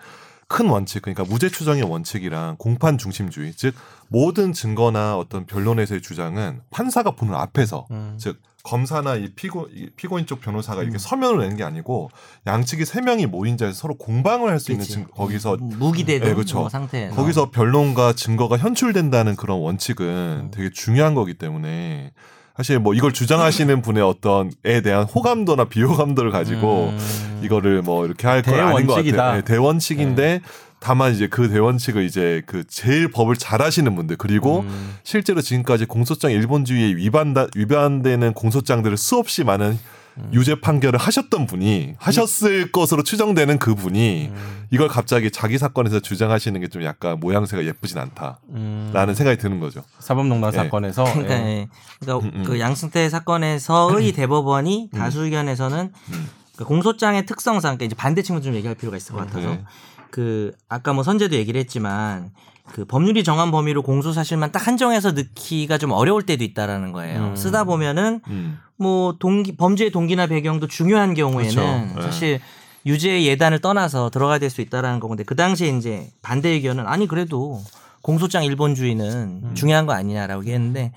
S4: 큰 원칙 그러니까 무죄 추정의 원칙이랑 공판 중심주의 즉 모든 증거나 어떤 변론에서의 주장은 판사가 보는 앞에서
S2: 음.
S4: 즉 검사나 이 피고 이 피고인 쪽 변호사가 이렇게
S1: 음.
S4: 서면을 내는 게 아니고 양측이 세 명이 모인 자리에서 서로 공방을 할 수 있는
S2: 그치. 음.
S4: 증- 거기서
S2: 무기대도
S4: 네, 그쵸.
S2: 뭐 상태에서
S4: 거기서 변론과 증거가 현출된다는 그런 원칙은
S2: 음.
S4: 되게 중요한 거기 때문에 사실 뭐 이걸 주장하시는 분의 어떤 에 대한 호감도나 비호감도를 가지고
S1: 음.
S4: 이거를 뭐 이렇게 할 건 아닌 것
S1: 대원칙이다.
S4: 같아요. 네, 대원칙인데 다만 이제 그 대원칙을 이제 그 제일 법을 잘하시는 분들 그리고
S1: 음.
S4: 실제로 지금까지 공소장 일본주의에 위반다, 위반되는 공소장들을 수없이 많은
S1: 음.
S4: 유죄 판결을 하셨던 분이 하셨을 것으로 추정되는 그분이
S1: 음.
S4: 이걸 갑자기 자기 사건에서 주장하시는 게 좀 약간 모양새가 예쁘진 않다라는
S1: 음.
S4: 생각이 드는 거죠.
S1: 사법농단
S4: 예.
S1: 사건에서
S2: 그러니까,
S1: 예.
S2: 예. 그러니까
S4: 음, 음.
S2: 그 양승태 사건에서의 대법원이 다수 의견에서는
S4: 음.
S2: 그 공소장의 특성상 그러니까 이제 반대 측면 좀 얘기할 필요가 있을 것 같아서
S4: 네.
S2: 그 아까 뭐 선재도 얘기를 했지만 그 법률이 정한 범위로 공소 사실만 딱 한정해서 넣기가 좀 어려울 때도 있다라는 거예요.
S1: 음.
S2: 쓰다 보면은
S4: 음.
S2: 뭐 동기 범죄의 동기나 배경도 중요한 경우에는
S4: 그렇죠. 네.
S2: 사실 유죄의 예단을 떠나서 들어가야 될 수 있다라는 건데 그 당시에 이제 반대 의견은 아니 그래도 공소장 일본주의는
S4: 음.
S2: 중요한 거 아니냐라고 얘기했는데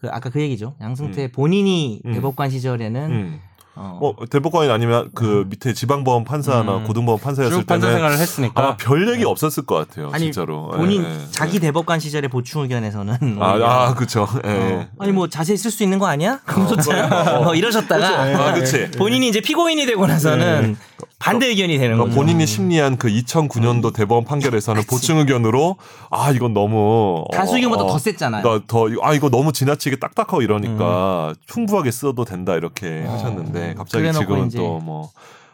S2: 그 아까 그 얘기죠 양승태 본인이
S4: 음.
S2: 대법관 시절에는
S4: 음.
S2: 어, 음.
S4: 뭐 대법관이 아니면 그 밑에 지방법원 판사나
S1: 음.
S4: 고등법원 판사였을
S1: 쭉 판사
S4: 때는
S1: 생활을 했으니까
S4: 아마 별 얘기 없었을 것 같아요.
S2: 네. 아니,
S4: 진짜로
S2: 본인
S4: 예, 예.
S2: 자기 대법관 시절의 보충 의견에서는
S4: 아,
S2: 오히려
S4: 아 그렇죠. 예.
S2: 어, 아니 뭐 자세히 쓸 수 있는 거 아니야? 공소장 뭐 이러셨다가
S4: 아, 어, 그치. 네.
S2: 본인이 이제 피고인이 되고 나서는 반대 의견이 되는
S4: 그러니까
S2: 거죠.
S4: 본인이 심리한 그 2009년도 대법원 판결에서는 보충 의견으로 아 이건 너무 어,
S2: 다수 의견보다
S4: 어,
S2: 더 셌잖아요.
S4: 그러니까 더아 이거 너무 지나치게 딱딱하고 이러니까 충분하게 써도 된다 이렇게 하셨는데 갑자기
S2: 음. 어. 그래놓고
S4: 지금은
S2: 이제-
S4: 또 뭐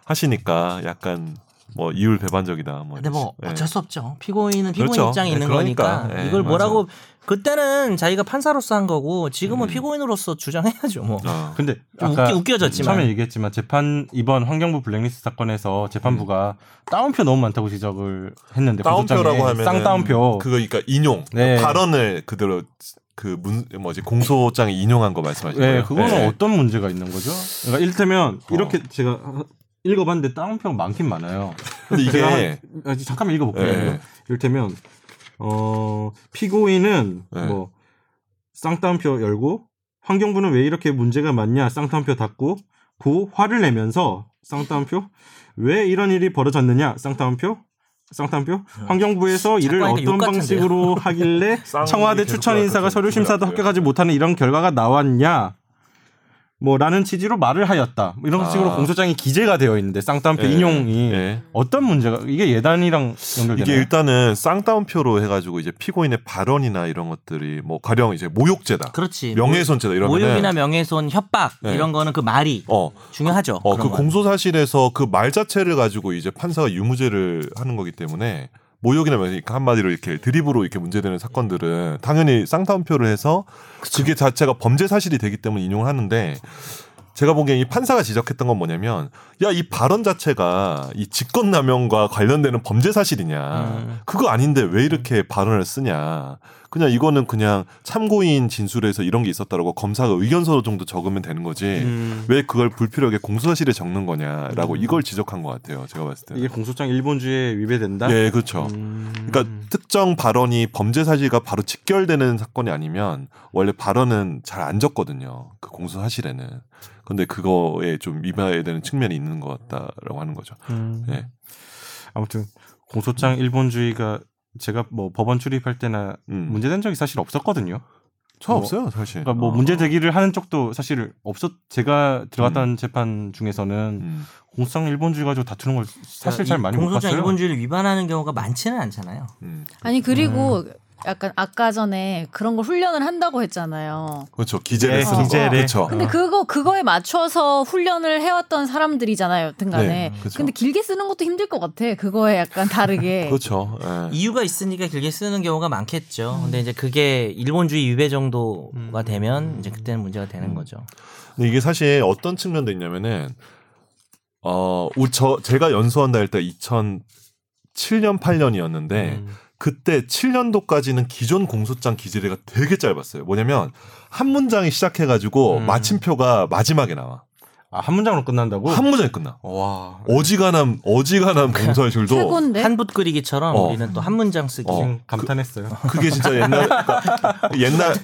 S4: 하시니까 약간 뭐 이율 배반적이다 뭐.
S2: 근데 뭐
S4: 이런 식-
S2: 어쩔 수 없죠. 피고인은 피고인
S4: 그렇죠.
S2: 입장이
S4: 예,
S2: 있는
S4: 그러니까.
S2: 거니까,
S4: 예,
S2: 이걸
S4: 맞아.
S2: 뭐라고 그때는 자기가 판사로서 한 거고 지금은
S4: 음.
S2: 피고인으로서 주장해야죠. 뭐
S4: 예. 어.
S1: 근데
S2: 좀
S1: 아까
S2: 웃기, 웃겨졌지만
S1: 처음에 얘기했지만 재판 이번 환경부 블랙리스트 사건에서 재판부가 다운표 너무 많다고 지적을 했는데
S4: 다운표라고
S1: 공소장에
S4: 하면
S1: 쌍다운표
S4: 그거 그러니까 인용
S1: 뭐. 네.
S4: 발언을 그대로 그 문 뭐지 공소장에 인용한 거 말씀하시는
S1: 예,
S4: 거예요?
S1: 그거는
S4: 예.
S1: 어떤 문제가 있는 거죠? 그러니까 일테면
S4: 어.
S1: 이렇게 제가 읽어봤는데 다운표가 많긴 많아요.
S4: 근데
S1: 제가
S4: 이게
S1: 한- 아, 잠깐만 읽어볼게요.
S4: 예.
S1: 이를테면 어, 피고인은
S4: 예.
S1: 뭐 쌍따옴표 열고 환경부는 왜 이렇게 문제가 많냐 쌍따옴표 닫고 고 화를 내면서 쌍따옴표 왜 이런 일이 벌어졌느냐 쌍따옴표 쌍따옴표
S4: 네.
S1: 환경부에서 이를
S2: 하니까
S1: 어떤
S2: 욕 같은데요?
S1: 방식으로 하길래
S4: 쌍이
S1: 청와대
S4: 계속
S1: 추천 인사가
S4: 나왔던
S1: 서류 심사도
S4: 친구라고요.
S1: 합격하지 못하는 이런 결과가 나왔냐 뭐라는 취지로 말을 하였다 뭐 이런
S4: 아.
S1: 식으로 공소장이 기재가 되어 있는데 쌍따옴표
S4: 예.
S1: 인용이
S4: 예.
S1: 어떤 문제가 이게 예단이랑 연결되나요?
S4: 이게 일단은 쌍따옴표로 해가지고 이제 피고인의 발언이나 이런 것들이 뭐 가령 이제 모욕죄다,
S2: 그렇지.
S4: 명예훼손죄다 이런
S2: 모욕이나
S4: 거는
S2: 명예훼손, 협박
S4: 네.
S2: 이런 거는 그 말이
S4: 어,
S2: 중요하죠.
S4: 어, 그
S2: 그런 건.
S4: 공소 사실에서 그 말 자체를 가지고 이제 판사가 유무죄를 하는 거기 때문에 모욕이나 명예 그러니까 한마디로 이렇게 드립으로 이렇게 문제되는 사건들은 당연히 쌍따옴표를 해서 그게 자체가 범죄 사실이 되기 때문에 인용을 하는데 제가 보기엔 이 판사가 지적했던 건 뭐냐면 야 이 발언 자체가 이 직권남용과 관련되는 범죄 사실이냐
S2: 음.
S4: 그거 아닌데 왜 이렇게 발언을 쓰냐 그냥 이거는 그냥 참고인 진술에서 이런 게 있었다라고 검사가 의견서 정도 적으면 되는 거지 왜 그걸 불필요하게 공소사실에 적는 거냐라고 이걸 지적한 것 같아요 제가 봤을 때
S1: 이게 공소장 일본주의에 위배된다. 음.
S4: 예 그렇죠 그러니까 특정 발언이 범죄 사실과 바로 직결되는 사건이 아니면 원래 발언은 잘 안 적거든요. 그 공소 사실에는. 근데 그거에 좀 위반해야 되는 측면이 있는 것 같다라고 하는 거죠. 예.
S1: 네. 아무튼 공소장 일본주의가 제가 뭐 법원 출입할 때나
S4: 음.
S1: 문제된 적이 사실 없었거든요.
S4: 저
S1: 뭐,
S4: 없어요 사실.
S1: 그러니까 뭐
S4: 어.
S1: 문제 제기를 하는 쪽도 사실 없었. 제가 들어갔던 재판 중에서는
S4: 음.
S1: 공소장 일본주의 가지고 다투는 걸 사실
S2: 아, 이
S1: 잘 많이 못
S2: 공소장
S1: 봤어요.
S2: 일본주의를 위반하는 경우가 많지는 않잖아요.
S4: 음.
S3: 아니 그리고 약간 아까 전에 그런 걸 훈련을 한다고 했잖아요.
S4: 그렇죠 기재를
S1: 예,
S4: 쓰는
S1: 기재를.
S4: 거. 그렇죠.
S3: 근데 그거 그거에 맞춰서 훈련을 해왔던 사람들이잖아요, 등간에.
S4: 네, 그쵸.
S3: 근데 길게 쓰는 것도 힘들 것 같아. 그거에 약간 다르게.
S4: 그렇죠. 예.
S2: 이유가 있으니까 길게 쓰는 경우가
S4: 음.
S2: 많겠죠. 근데 이제 그게 일본주의 위배 정도가 되면 이제 그때는 문제가
S4: 음.
S2: 되는 거죠.
S4: 근데 이게 사실 어떤 측면도 있냐면은 어, 우- 저 제가 연수한다 할 때 2007년 8년이었는데 그때 7년도까지는 기존 공소장 기재례가 되게 짧았어요. 뭐냐면 한 문장이 시작해가지고
S1: 음.
S4: 마침표가 마지막에 나와.
S1: 아, 한 문장으로 끝난다고?
S4: 한 문장이 끝나.
S1: 와.
S4: 어지간한 어지간한 공소의 줄도
S3: 최고인데.
S2: 한붓 그리기처럼
S4: 어.
S2: 우리는 또 한 문장 쓰기.
S4: 어.
S1: 지금 감탄했어요.
S4: 그게 진짜 옛날 그러니까 옛날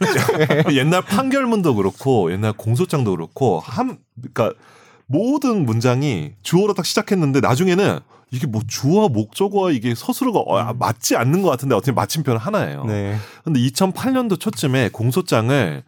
S4: 옛날 판결문도 그렇고 옛날 공소장도 그렇고 한 그러니까 모든 문장이 주어로 딱 시작했는데 나중에는 이게 뭐 주어와 목적어와 이게 서술어가 어, 아, 맞지 않는 것 같은데 어떻게 마침표는 하나예요.
S1: 음. 네.
S4: 근데 2008년도 초쯤에 공소장을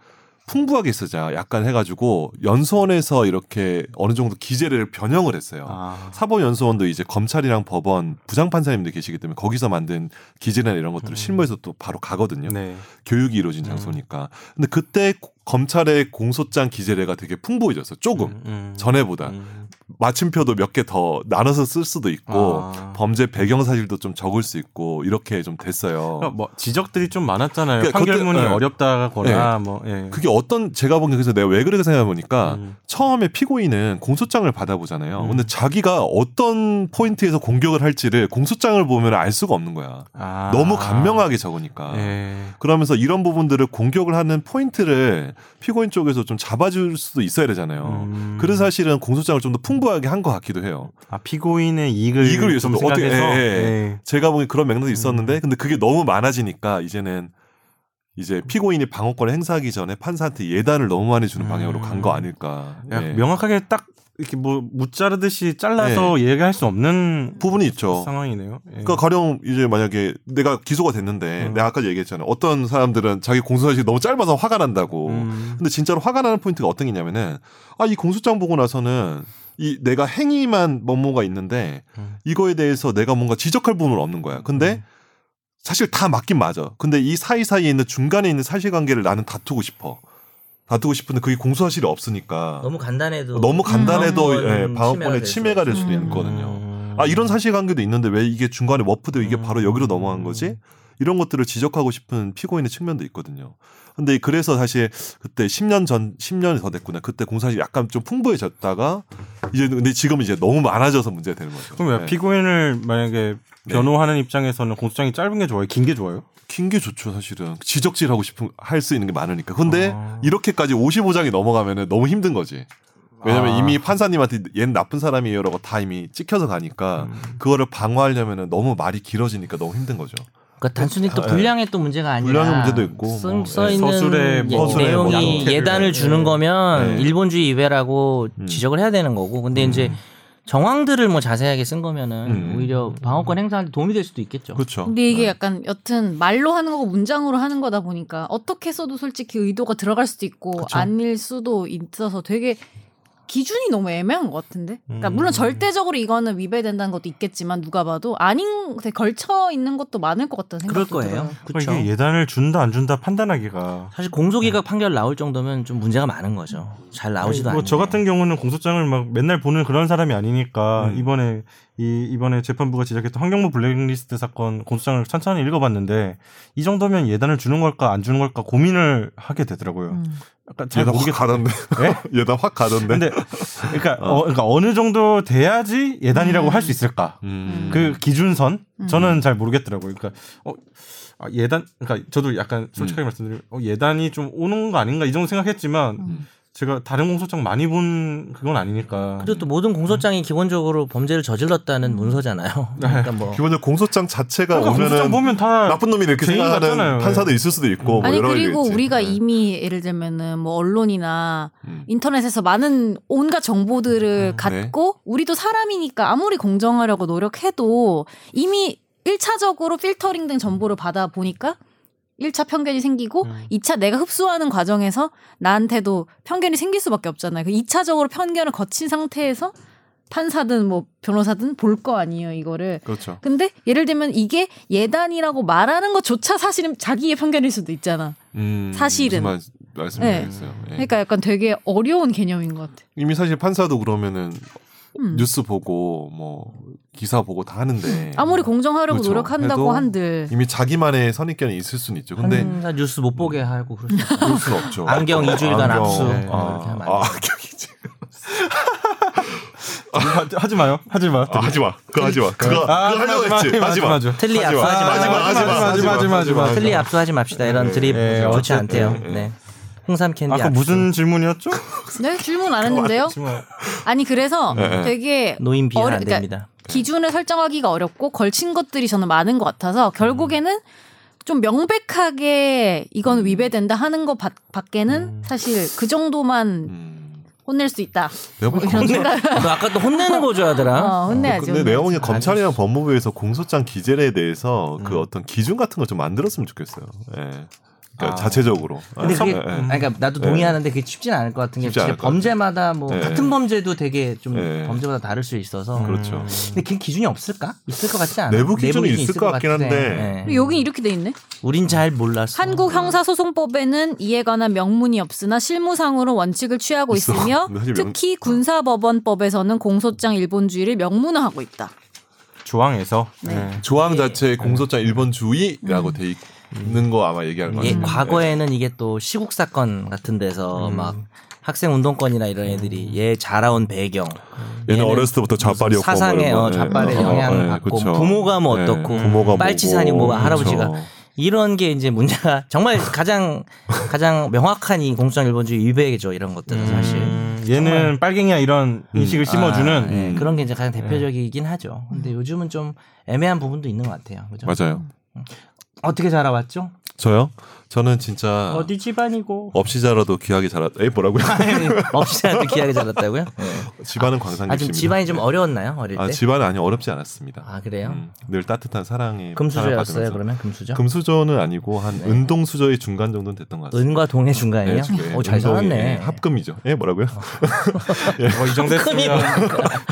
S4: 풍부하게 쓰자 약간 해가지고 연수원에서 이렇게 어느 정도 기재를 변형을 했어요.
S1: 아.
S4: 사법연수원도 이제 검찰이랑 법원 부장판사님들 계시기 때문에 거기서 만든 기재나 이런 것들을 실무에서 또 바로 가거든요.
S1: 음. 네.
S4: 교육이 이루어진 장소니까. 근데 그때 고- 검찰의 공소장 기재례가 되게 풍부해졌어. 요 조금
S1: 음.
S4: 뭐, 전에보다
S1: 음.
S4: 마침표도 몇 개 더 나눠서 쓸 수도 있고
S1: 아.
S4: 범죄 배경 사실도 좀 적을 수 있고 이렇게 좀 됐어요.
S1: 그러니까 뭐 지적들이 좀 많았잖아요.
S4: 그러니까
S1: 판결문이
S4: 그때- 네.
S1: 어렵다거나 뭐 예.
S4: 그게 어떤 제가 보기엔 그래서 내가 왜 그렇게 생각해 보니까
S1: 음.
S4: 처음에 피고인은 공소장을 받아보잖아요.
S1: 음.
S4: 근데 자기가 어떤 포인트에서 공격을 할지를 공소장을 보면 알 수가 없는 거야.
S1: 아.
S4: 너무 간명하게 적으니까.
S1: 예.
S4: 그러면서 이런 부분들을 공격을 하는 포인트를 피고인 쪽에서 좀 잡아줄 수도 있어야 되잖아요.
S1: 음.
S4: 그래서 사실은 공소장을 좀 더 풍부하게 한 것 같기도 해요.
S1: 아, 피고인의 이익을
S4: 이익을 위해서
S1: 좀
S4: 또 어떻게-
S1: 생각해서
S4: 예, 예.
S1: 예.
S4: 제가 보기엔 그런 맥락도 있었는데 근데 그게 너무 많아지니까 이제는 이제 피고인이 방어권을 행사하기 전에 판사한테 예단을 너무 많이 주는
S1: 음.
S4: 방향으로 간 거 아닐까.
S1: 약-
S4: 예.
S1: 명확하게 딱 이렇게 뭐 무자르듯이 잘라서 얘기할 수 없는
S4: 부분이 있죠.
S1: 상황이네요. 예.
S4: 예. 어. 그러니까 가령 이제 만약에 내가 기소가 됐는데
S1: 음.
S4: 내가 아까 얘기했잖아요. 어떤 사람들은 자기 공소사실이 너무 짧아서 화가 난다고.
S1: 음.
S4: 근데 진짜로 화가 나는 포인트가 어떤 게 있냐면은 아 이 공소장 보고 나서는 이 내가 행위만 뭐뭐가 있는데
S1: 음.
S4: 이거에 대해서 내가 뭔가 지적할 부분은 없는 거야. 근데 사실 다 맞긴 맞아. 근데 이 사이사이에 있는 중간에 있는 사실관계를 나는 다투고 싶어. 다투고 싶은데 그게 공소사실이 없으니까
S2: 너무 간단해도
S4: 너무 간단해도
S2: 방어권
S4: 예, 방어권의
S2: 될 수
S4: 침해가 될 수도
S3: 있어요.
S4: 있거든요.
S1: 음.
S4: 아 이런 사실관계도 있는데 왜 이게 중간에 워프되고 이게
S1: 음.
S4: 바로 여기로 넘어간 거지? 이런 것들을 지적하고 싶은 피고인의 측면도 있거든요. 근데 그래서 사실 그때 10년 전 10년이 더 됐구나. 그때 공사실이 약간 좀 풍부해졌다가 이제 근데 지금 이제 너무 많아져서 문제가 되는 거죠. 네.
S1: 그럼 왜 피고인을 만약에 변호하는 입장에서는 공소장이 짧은 게 좋아요? 긴 게 좋아요?
S4: 긴게 좋죠, 사실은. 지적질하고 싶은 할 수 있는 게 많으니까. 근데
S1: 아.
S4: 이렇게까지 55장이 넘어가면은 너무 힘든 거지. 왜냐면
S1: 아.
S4: 이미 판사님한테 얘는 나쁜 사람이에요라고 다 이미 찍혀서 가니까
S1: 음.
S4: 그거를 방어하려면은 너무 말이 길어지니까 너무 힘든 거죠.
S2: 그러니까 단순히 또 분량의 또 문제가 아니라
S4: 아, 예. 분량의 문제도 있고,
S2: 쓴-
S4: 뭐,
S2: 써
S1: 예.
S2: 있는
S1: 서술의 뭐,
S2: 예,
S4: 서술의 뭐 예.
S2: 내용이
S4: 양태를.
S2: 예단을 주는 거면 일본주의 이외라고
S4: 음.
S2: 지적을 해야 되는 거고 근데 이제 정황들을 뭐 자세하게 쓴 거면은
S4: 음.
S2: 오히려 방어권 행사할 때 도움이 될 수도 있겠죠.
S4: 그렇죠.
S3: 근데 이게 약간 여튼 말로 하는 거고 문장으로 하는 거다 보니까 어떻게 써도 솔직히 의도가 들어갈 수도 있고 아닐 수도 있어서 되게 기준이 너무 애매한 것 같은데. 그러니까
S1: 음.
S3: 물론 절대적으로 이거는 위배된다는 것도 있겠지만 누가 봐도 아닌 데 걸쳐 있는 것도 많을 것 같다는
S2: 그럴
S3: 생각도
S2: 거예요.
S3: 들어요.
S2: 그렇죠.
S1: 이게 예단을 준다 안 준다 판단하기가
S2: 사실
S4: 네.
S2: 공소기각 판결 나올 정도면 좀 문제가 많은 거죠. 잘 나오지도 않고.
S1: 뭐 저 같은 경우는 공소장을 막 맨날 보는 그런 사람이 아니니까
S4: 음.
S1: 이번에 이 이번에 재판부가 지적했던 환경부 블랙리스트 사건 공소장을 천천히 읽어봤는데 이 정도면 예단을 주는 걸까 안 주는 걸까 고민을 하게
S4: 그러니까.
S1: 되더라고요.
S3: 음.
S1: 약간 잘
S4: 얘다
S1: 모르겠.
S4: 확 가던데. 얘다 확 가던데.
S1: 아, 뭐, 근데 그러니까 어. 그러니까 어느 정도 돼야지 예단이라고 할 수 있을까?
S4: 음.
S1: 그 기준선
S3: 음.
S1: 저는 잘 모르겠더라고요. 그러니까 어 아, 예단 그러니까 저도 약간 솔직하게 말씀드리면 어, 예단이 좀 오는 거 아닌가 이 정도 생각했지만
S3: 음.
S1: 제가 다른 공소장 많이 본 그건 아니니까.
S2: 그리고 또 모든 공소장이 기본적으로 범죄를 저질렀다는 문서잖아요. 그러니까 뭐
S4: 음. 네. 기본적으로 공소장 자체가
S1: 그러니까 공소장
S4: 오면은
S1: 보면 다
S4: 나쁜 놈이 이렇게
S1: 죄인
S4: 생각하는
S1: 같잖아요.
S4: 판사도 있을 수도 있고 뭐
S3: 아니
S4: 여러
S3: 그리고
S4: 가지가 있지.
S3: 우리가
S4: 네.
S3: 이미 예를 들면은 뭐 언론이나
S4: 음.
S3: 인터넷에서 많은 온갖 정보들을
S4: 네.
S1: 음,
S3: 갖고 우리도 사람이니까 아무리 공정하려고 노력해도 이미 1차적으로 필터링 된 정보를 받아 보니까 1차 편견이 생기고
S1: 음.
S3: 2차 내가 흡수하는 과정에서 나한테도 편견이 생길 수밖에 없잖아요. 그 2차적으로 편견을 거친 상태에서 판사든 뭐 변호사든 볼 거 아니에요, 이거를.
S4: 그렇죠.
S3: 근데 예를 들면 이게 예단이라고 말하는 것조차 사실은 자기의 편견일 수도 있잖아.
S4: 음,
S3: 사실은.
S4: 무슨 말, 말씀드리겠어요. 예.
S3: 그러니까 약간 되게 어려운 개념인 것 같아.
S4: 이미 사실 판사도 그러면은
S3: 음.
S4: 뉴스 보고 뭐 기사 보고 다 하는데
S3: 아무리 공정하려고
S4: 그렇죠.
S3: 노력한다고
S4: 그래도
S3: 한들
S4: 이미 자기만의 선입견이 있을 수는 있죠. 근데
S3: 음.
S2: 항상 뉴스 못 보게 하고 그럴 수 있어요.
S4: 그럴 수는 없죠.
S2: 안경 이주일간
S4: 안경.
S2: 압수.
S4: 네.
S2: 뭐 이렇게 하면 안
S4: 아,
S2: 돼요.
S4: 안경이지.
S1: 하, 하지 마요. 하지 마.
S4: 아, 하지 마. 그거 하지 마. 그거
S1: 아,
S4: 그거 하려고 했지. 하지 마.
S1: 하지 마.
S2: 틀리
S4: 하지
S2: 압수하지
S4: 마. 하지 마.
S2: 마세요.
S4: 하지 마. 네,
S1: 하지 마, 하지 마, 하지 마, 하지 마.
S2: 틀리 압수하지 맙시다. 이런 드립
S1: 예,
S2: 좋지
S1: 어쨌든,
S2: 않대요.
S1: 예, 예.
S2: 네. 홍삼 캔디.
S1: 아까 그렇죠.
S2: 압수.
S1: 무슨 질문이었죠?
S3: 네? 질문 안 했는데요.
S4: 그
S1: 정말
S3: 아니 그래서
S4: 네, 네.
S3: 되게
S2: 노인 비하
S3: 어려-
S2: 안
S3: 그러니까
S2: 됩니다.
S3: 기준을 설정하기가 어렵고 걸친 것들이 저는 많은 것 같아서 결국에는 좀 명백하게
S4: 음.
S3: 이건 위배된다 하는 것 밖- 밖에는 사실 그 정도만
S4: 음.
S3: 혼낼 수 있다.
S4: 내가 보기엔
S3: 이런
S4: 검찰-
S3: 생각.
S2: 너 아까 또 혼내는 거죠, 아들아.
S3: 어, 혼내야지.
S4: 근데 내가
S3: 혼내야지.
S4: 보기엔 검찰이랑
S2: 음.
S4: 법무부에서 공소장 기재례에 대해서 그 어떤 기준 같은 걸 좀 만들었으면 좋겠어요. 예. 그러니까
S1: 아.
S4: 자체적으로.
S2: 근데
S4: 아,
S2: 그게
S4: 예, 예.
S2: 아니, 그러니까 나도 동의하는데 그게 쉽진 않을 것 같은 게
S4: 쉽지 않을
S2: 진짜
S4: 것 같아요.
S2: 범죄마다 뭐
S4: 예.
S2: 같은 범죄도 되게 좀
S4: 예.
S2: 범죄마다 다를 수 있어서
S4: 그렇죠.
S2: 근데 그 기준이 없을까? 있을 것 같지 않아?
S4: 내부 기준이
S2: 내부
S4: 있을 것 같긴
S2: 같은데.
S4: 한데.
S2: 예.
S3: 여기 이렇게 돼 있네.
S2: 우린 잘 몰랐어.
S3: 한국
S4: 아, 네.
S3: 형사소송법에는 이에 관한 명문이 없으나 실무상으로 원칙을 취하고
S4: 있어.
S3: 있으며
S4: 근데 사실 명- 아.
S3: 특히 군사법원법에서는 공소장 일본주의를 명문화하고 있다.
S1: 조항에서
S3: 네.
S1: 네.
S4: 조항 자체에 공소장 일본 주의라고 돼 있는 거 아마 얘기하는 거
S2: 예,
S4: 같아요.
S2: 과거에는 이게 또 시국 사건 같은 데서
S4: 음.
S2: 막 학생 운동권이나 이런 애들이 얘 자라온 배경,
S4: 얘는
S2: 얘는
S4: 어렸을 때부터 좌빨이었고
S2: 사상의
S4: 뭐
S2: 어,
S4: 이런 거.
S2: 좌빨의
S4: 예.
S2: 영향을
S4: 예,
S2: 받고
S4: 그쵸.
S2: 부모가 뭐 어떻고
S4: 예, 부모가
S2: 빨치산이
S4: 뭐고, 그렇죠.
S2: 뭐가 할아버지가
S4: 그쵸.
S2: 이런 게 이제 문제가 정말 가장 가장 명확한 이 공수장 일본주의 위배죠 이런 것들은 사실
S1: 음, 얘는 빨갱이야 이런 인식을
S2: 아,
S1: 심어주는
S2: 예, 그런 게 이제 가장 대표적이긴 하죠. 근데 요즘은 좀 애매한 부분도 있는 것 같아요. 그죠?
S4: 맞아요.
S2: 어떻게 자라왔죠?
S4: 저요? 저는 진짜
S2: 어디 집안이고?
S4: 없이 자라도 귀하게 자랐. 에이 뭐라고요?
S2: 없이라도 귀하게 자랐다고요?
S4: 집안은 광산입니다.
S2: 아 좀 집안이 좀 어려웠나요 어릴 때?
S4: 아, 집안은 아니 어렵지 않았습니다.
S2: 아, 그래요?
S4: 음, 늘 따뜻한 사랑이
S2: 금수저였어요 그러면 금수저?
S4: 금수저는 아니고 한 은동 수저의 중간 정도는 됐던 것 같습니다.
S2: 은과 동의 중간이요?
S4: 지금, 예,
S2: 어잘
S4: 운동이, 예,
S2: 살았네.
S4: 합금이죠. 예, 뭐라고요?
S1: 어, 이 정도 했으면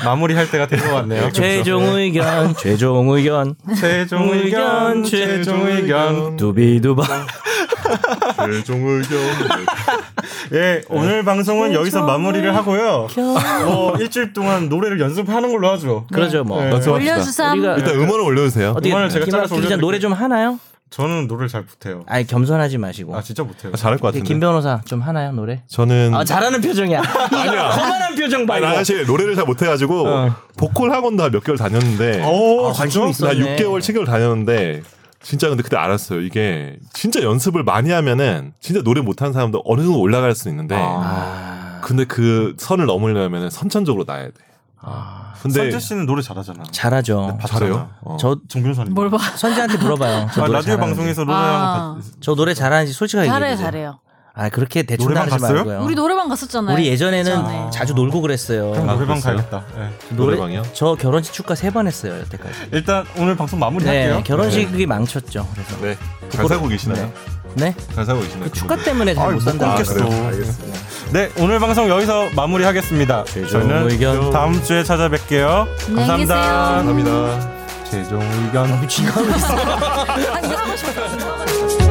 S1: 마무리할 때가 된 것 같네요.
S2: 최종 의견, 최종 의견,
S1: 최종 의견, 최종 의견.
S2: 두비두바.
S4: 최종 의견.
S2: 어,
S1: 예,
S2: 네.
S1: 오늘 방송은 여기서 마무리를 하고요. 어, 일주일 동안 노래를 연습하는 걸로 하죠.
S2: 그러죠 뭐.
S1: 네.
S4: 연습합시다.
S3: 올려주삼.
S2: 우리가
S4: 아, 일단 음원을 올려주세요.
S2: 어떻게
S1: 이번에 제가
S2: 김학수
S1: 짜서
S2: 기자
S1: 올려드릴게요.
S2: 노래 좀 하나요?
S1: 저는 노래를 잘 못해요.
S2: 아니 겸손하지 마시고.
S1: 아, 음. 진짜 못해요.
S4: 아, 잘할 것 같은데.
S2: 네, 김 변호사 좀 하나요 노래?
S4: 저는
S2: 아 잘하는 표정이야. 아니야. 거만한 표정 봐
S4: 아니,
S2: 이거.
S4: 나 사실 노래를 잘 못해가지고
S2: 어.
S4: 보컬 학원도 한몇 개월 다녔는데
S1: 오,
S2: 아, 관심
S1: 진짜?
S2: 있어.
S4: 나
S2: 있었네.
S4: 6개월 7개월 다녔는데 진짜 근데 그때 알았어요. 이게 진짜 연습을 많이 하면은 진짜 노래 못하는 사람도 어느 정도 올라갈 수 있는데
S2: 아,
S4: 근데 그 선을 넘으려면 선천적으로 나야 돼. 근데
S1: 선재 씨는 노래 잘하잖아. 네,
S2: 잘하죠.
S4: 잘해요. 어.
S2: 저
S1: 정준선님.
S3: 뭘 봐.
S2: 선재한테 물어봐요. 저
S1: 아,
S2: 노래
S1: 라디오
S2: 잘하는지.
S1: 방송에서 노래
S3: 아.
S1: 아.
S2: 저 노래 잘하는지 솔직하게
S3: 잘해요,
S2: 얘기해주세요.
S3: 잘해요.
S2: 아 그렇게 대충
S1: 노래방
S2: 하지
S1: 갔어요?
S4: 네.
S2: 말고요.
S3: 우리 노래방 갔었잖아요. 네.
S2: 우리 예전에는
S3: 예전에.
S2: 자주 놀고 그랬어요.
S1: 아, 노래방
S4: 그랬어요?
S1: 가야겠다. 예.
S4: 노래방이요?
S2: 저 결혼식 축가 세 번 했어요 여태까지.
S1: 일단 오늘 방송 마무리할게요.
S2: 네, 결혼식이 망쳤죠. 그래서
S4: 네. 잘 사고 계시나요?
S2: 네,
S4: 잘 사고 계시나요?
S2: 축가 때문에 잘 못 산다.
S4: 끊겠어.
S2: 그래요.
S1: 네, 오늘 방송 여기서 마무리하겠습니다. 저희는
S2: 의견.
S1: 다음 주에 찾아뵐게요.
S3: 안녕히
S1: 감사합니다.
S4: 감사합니다. 어,
S1: 최종 의견.
S3: 아, 이거 하고 싶었어. 이거 하고 싶었어.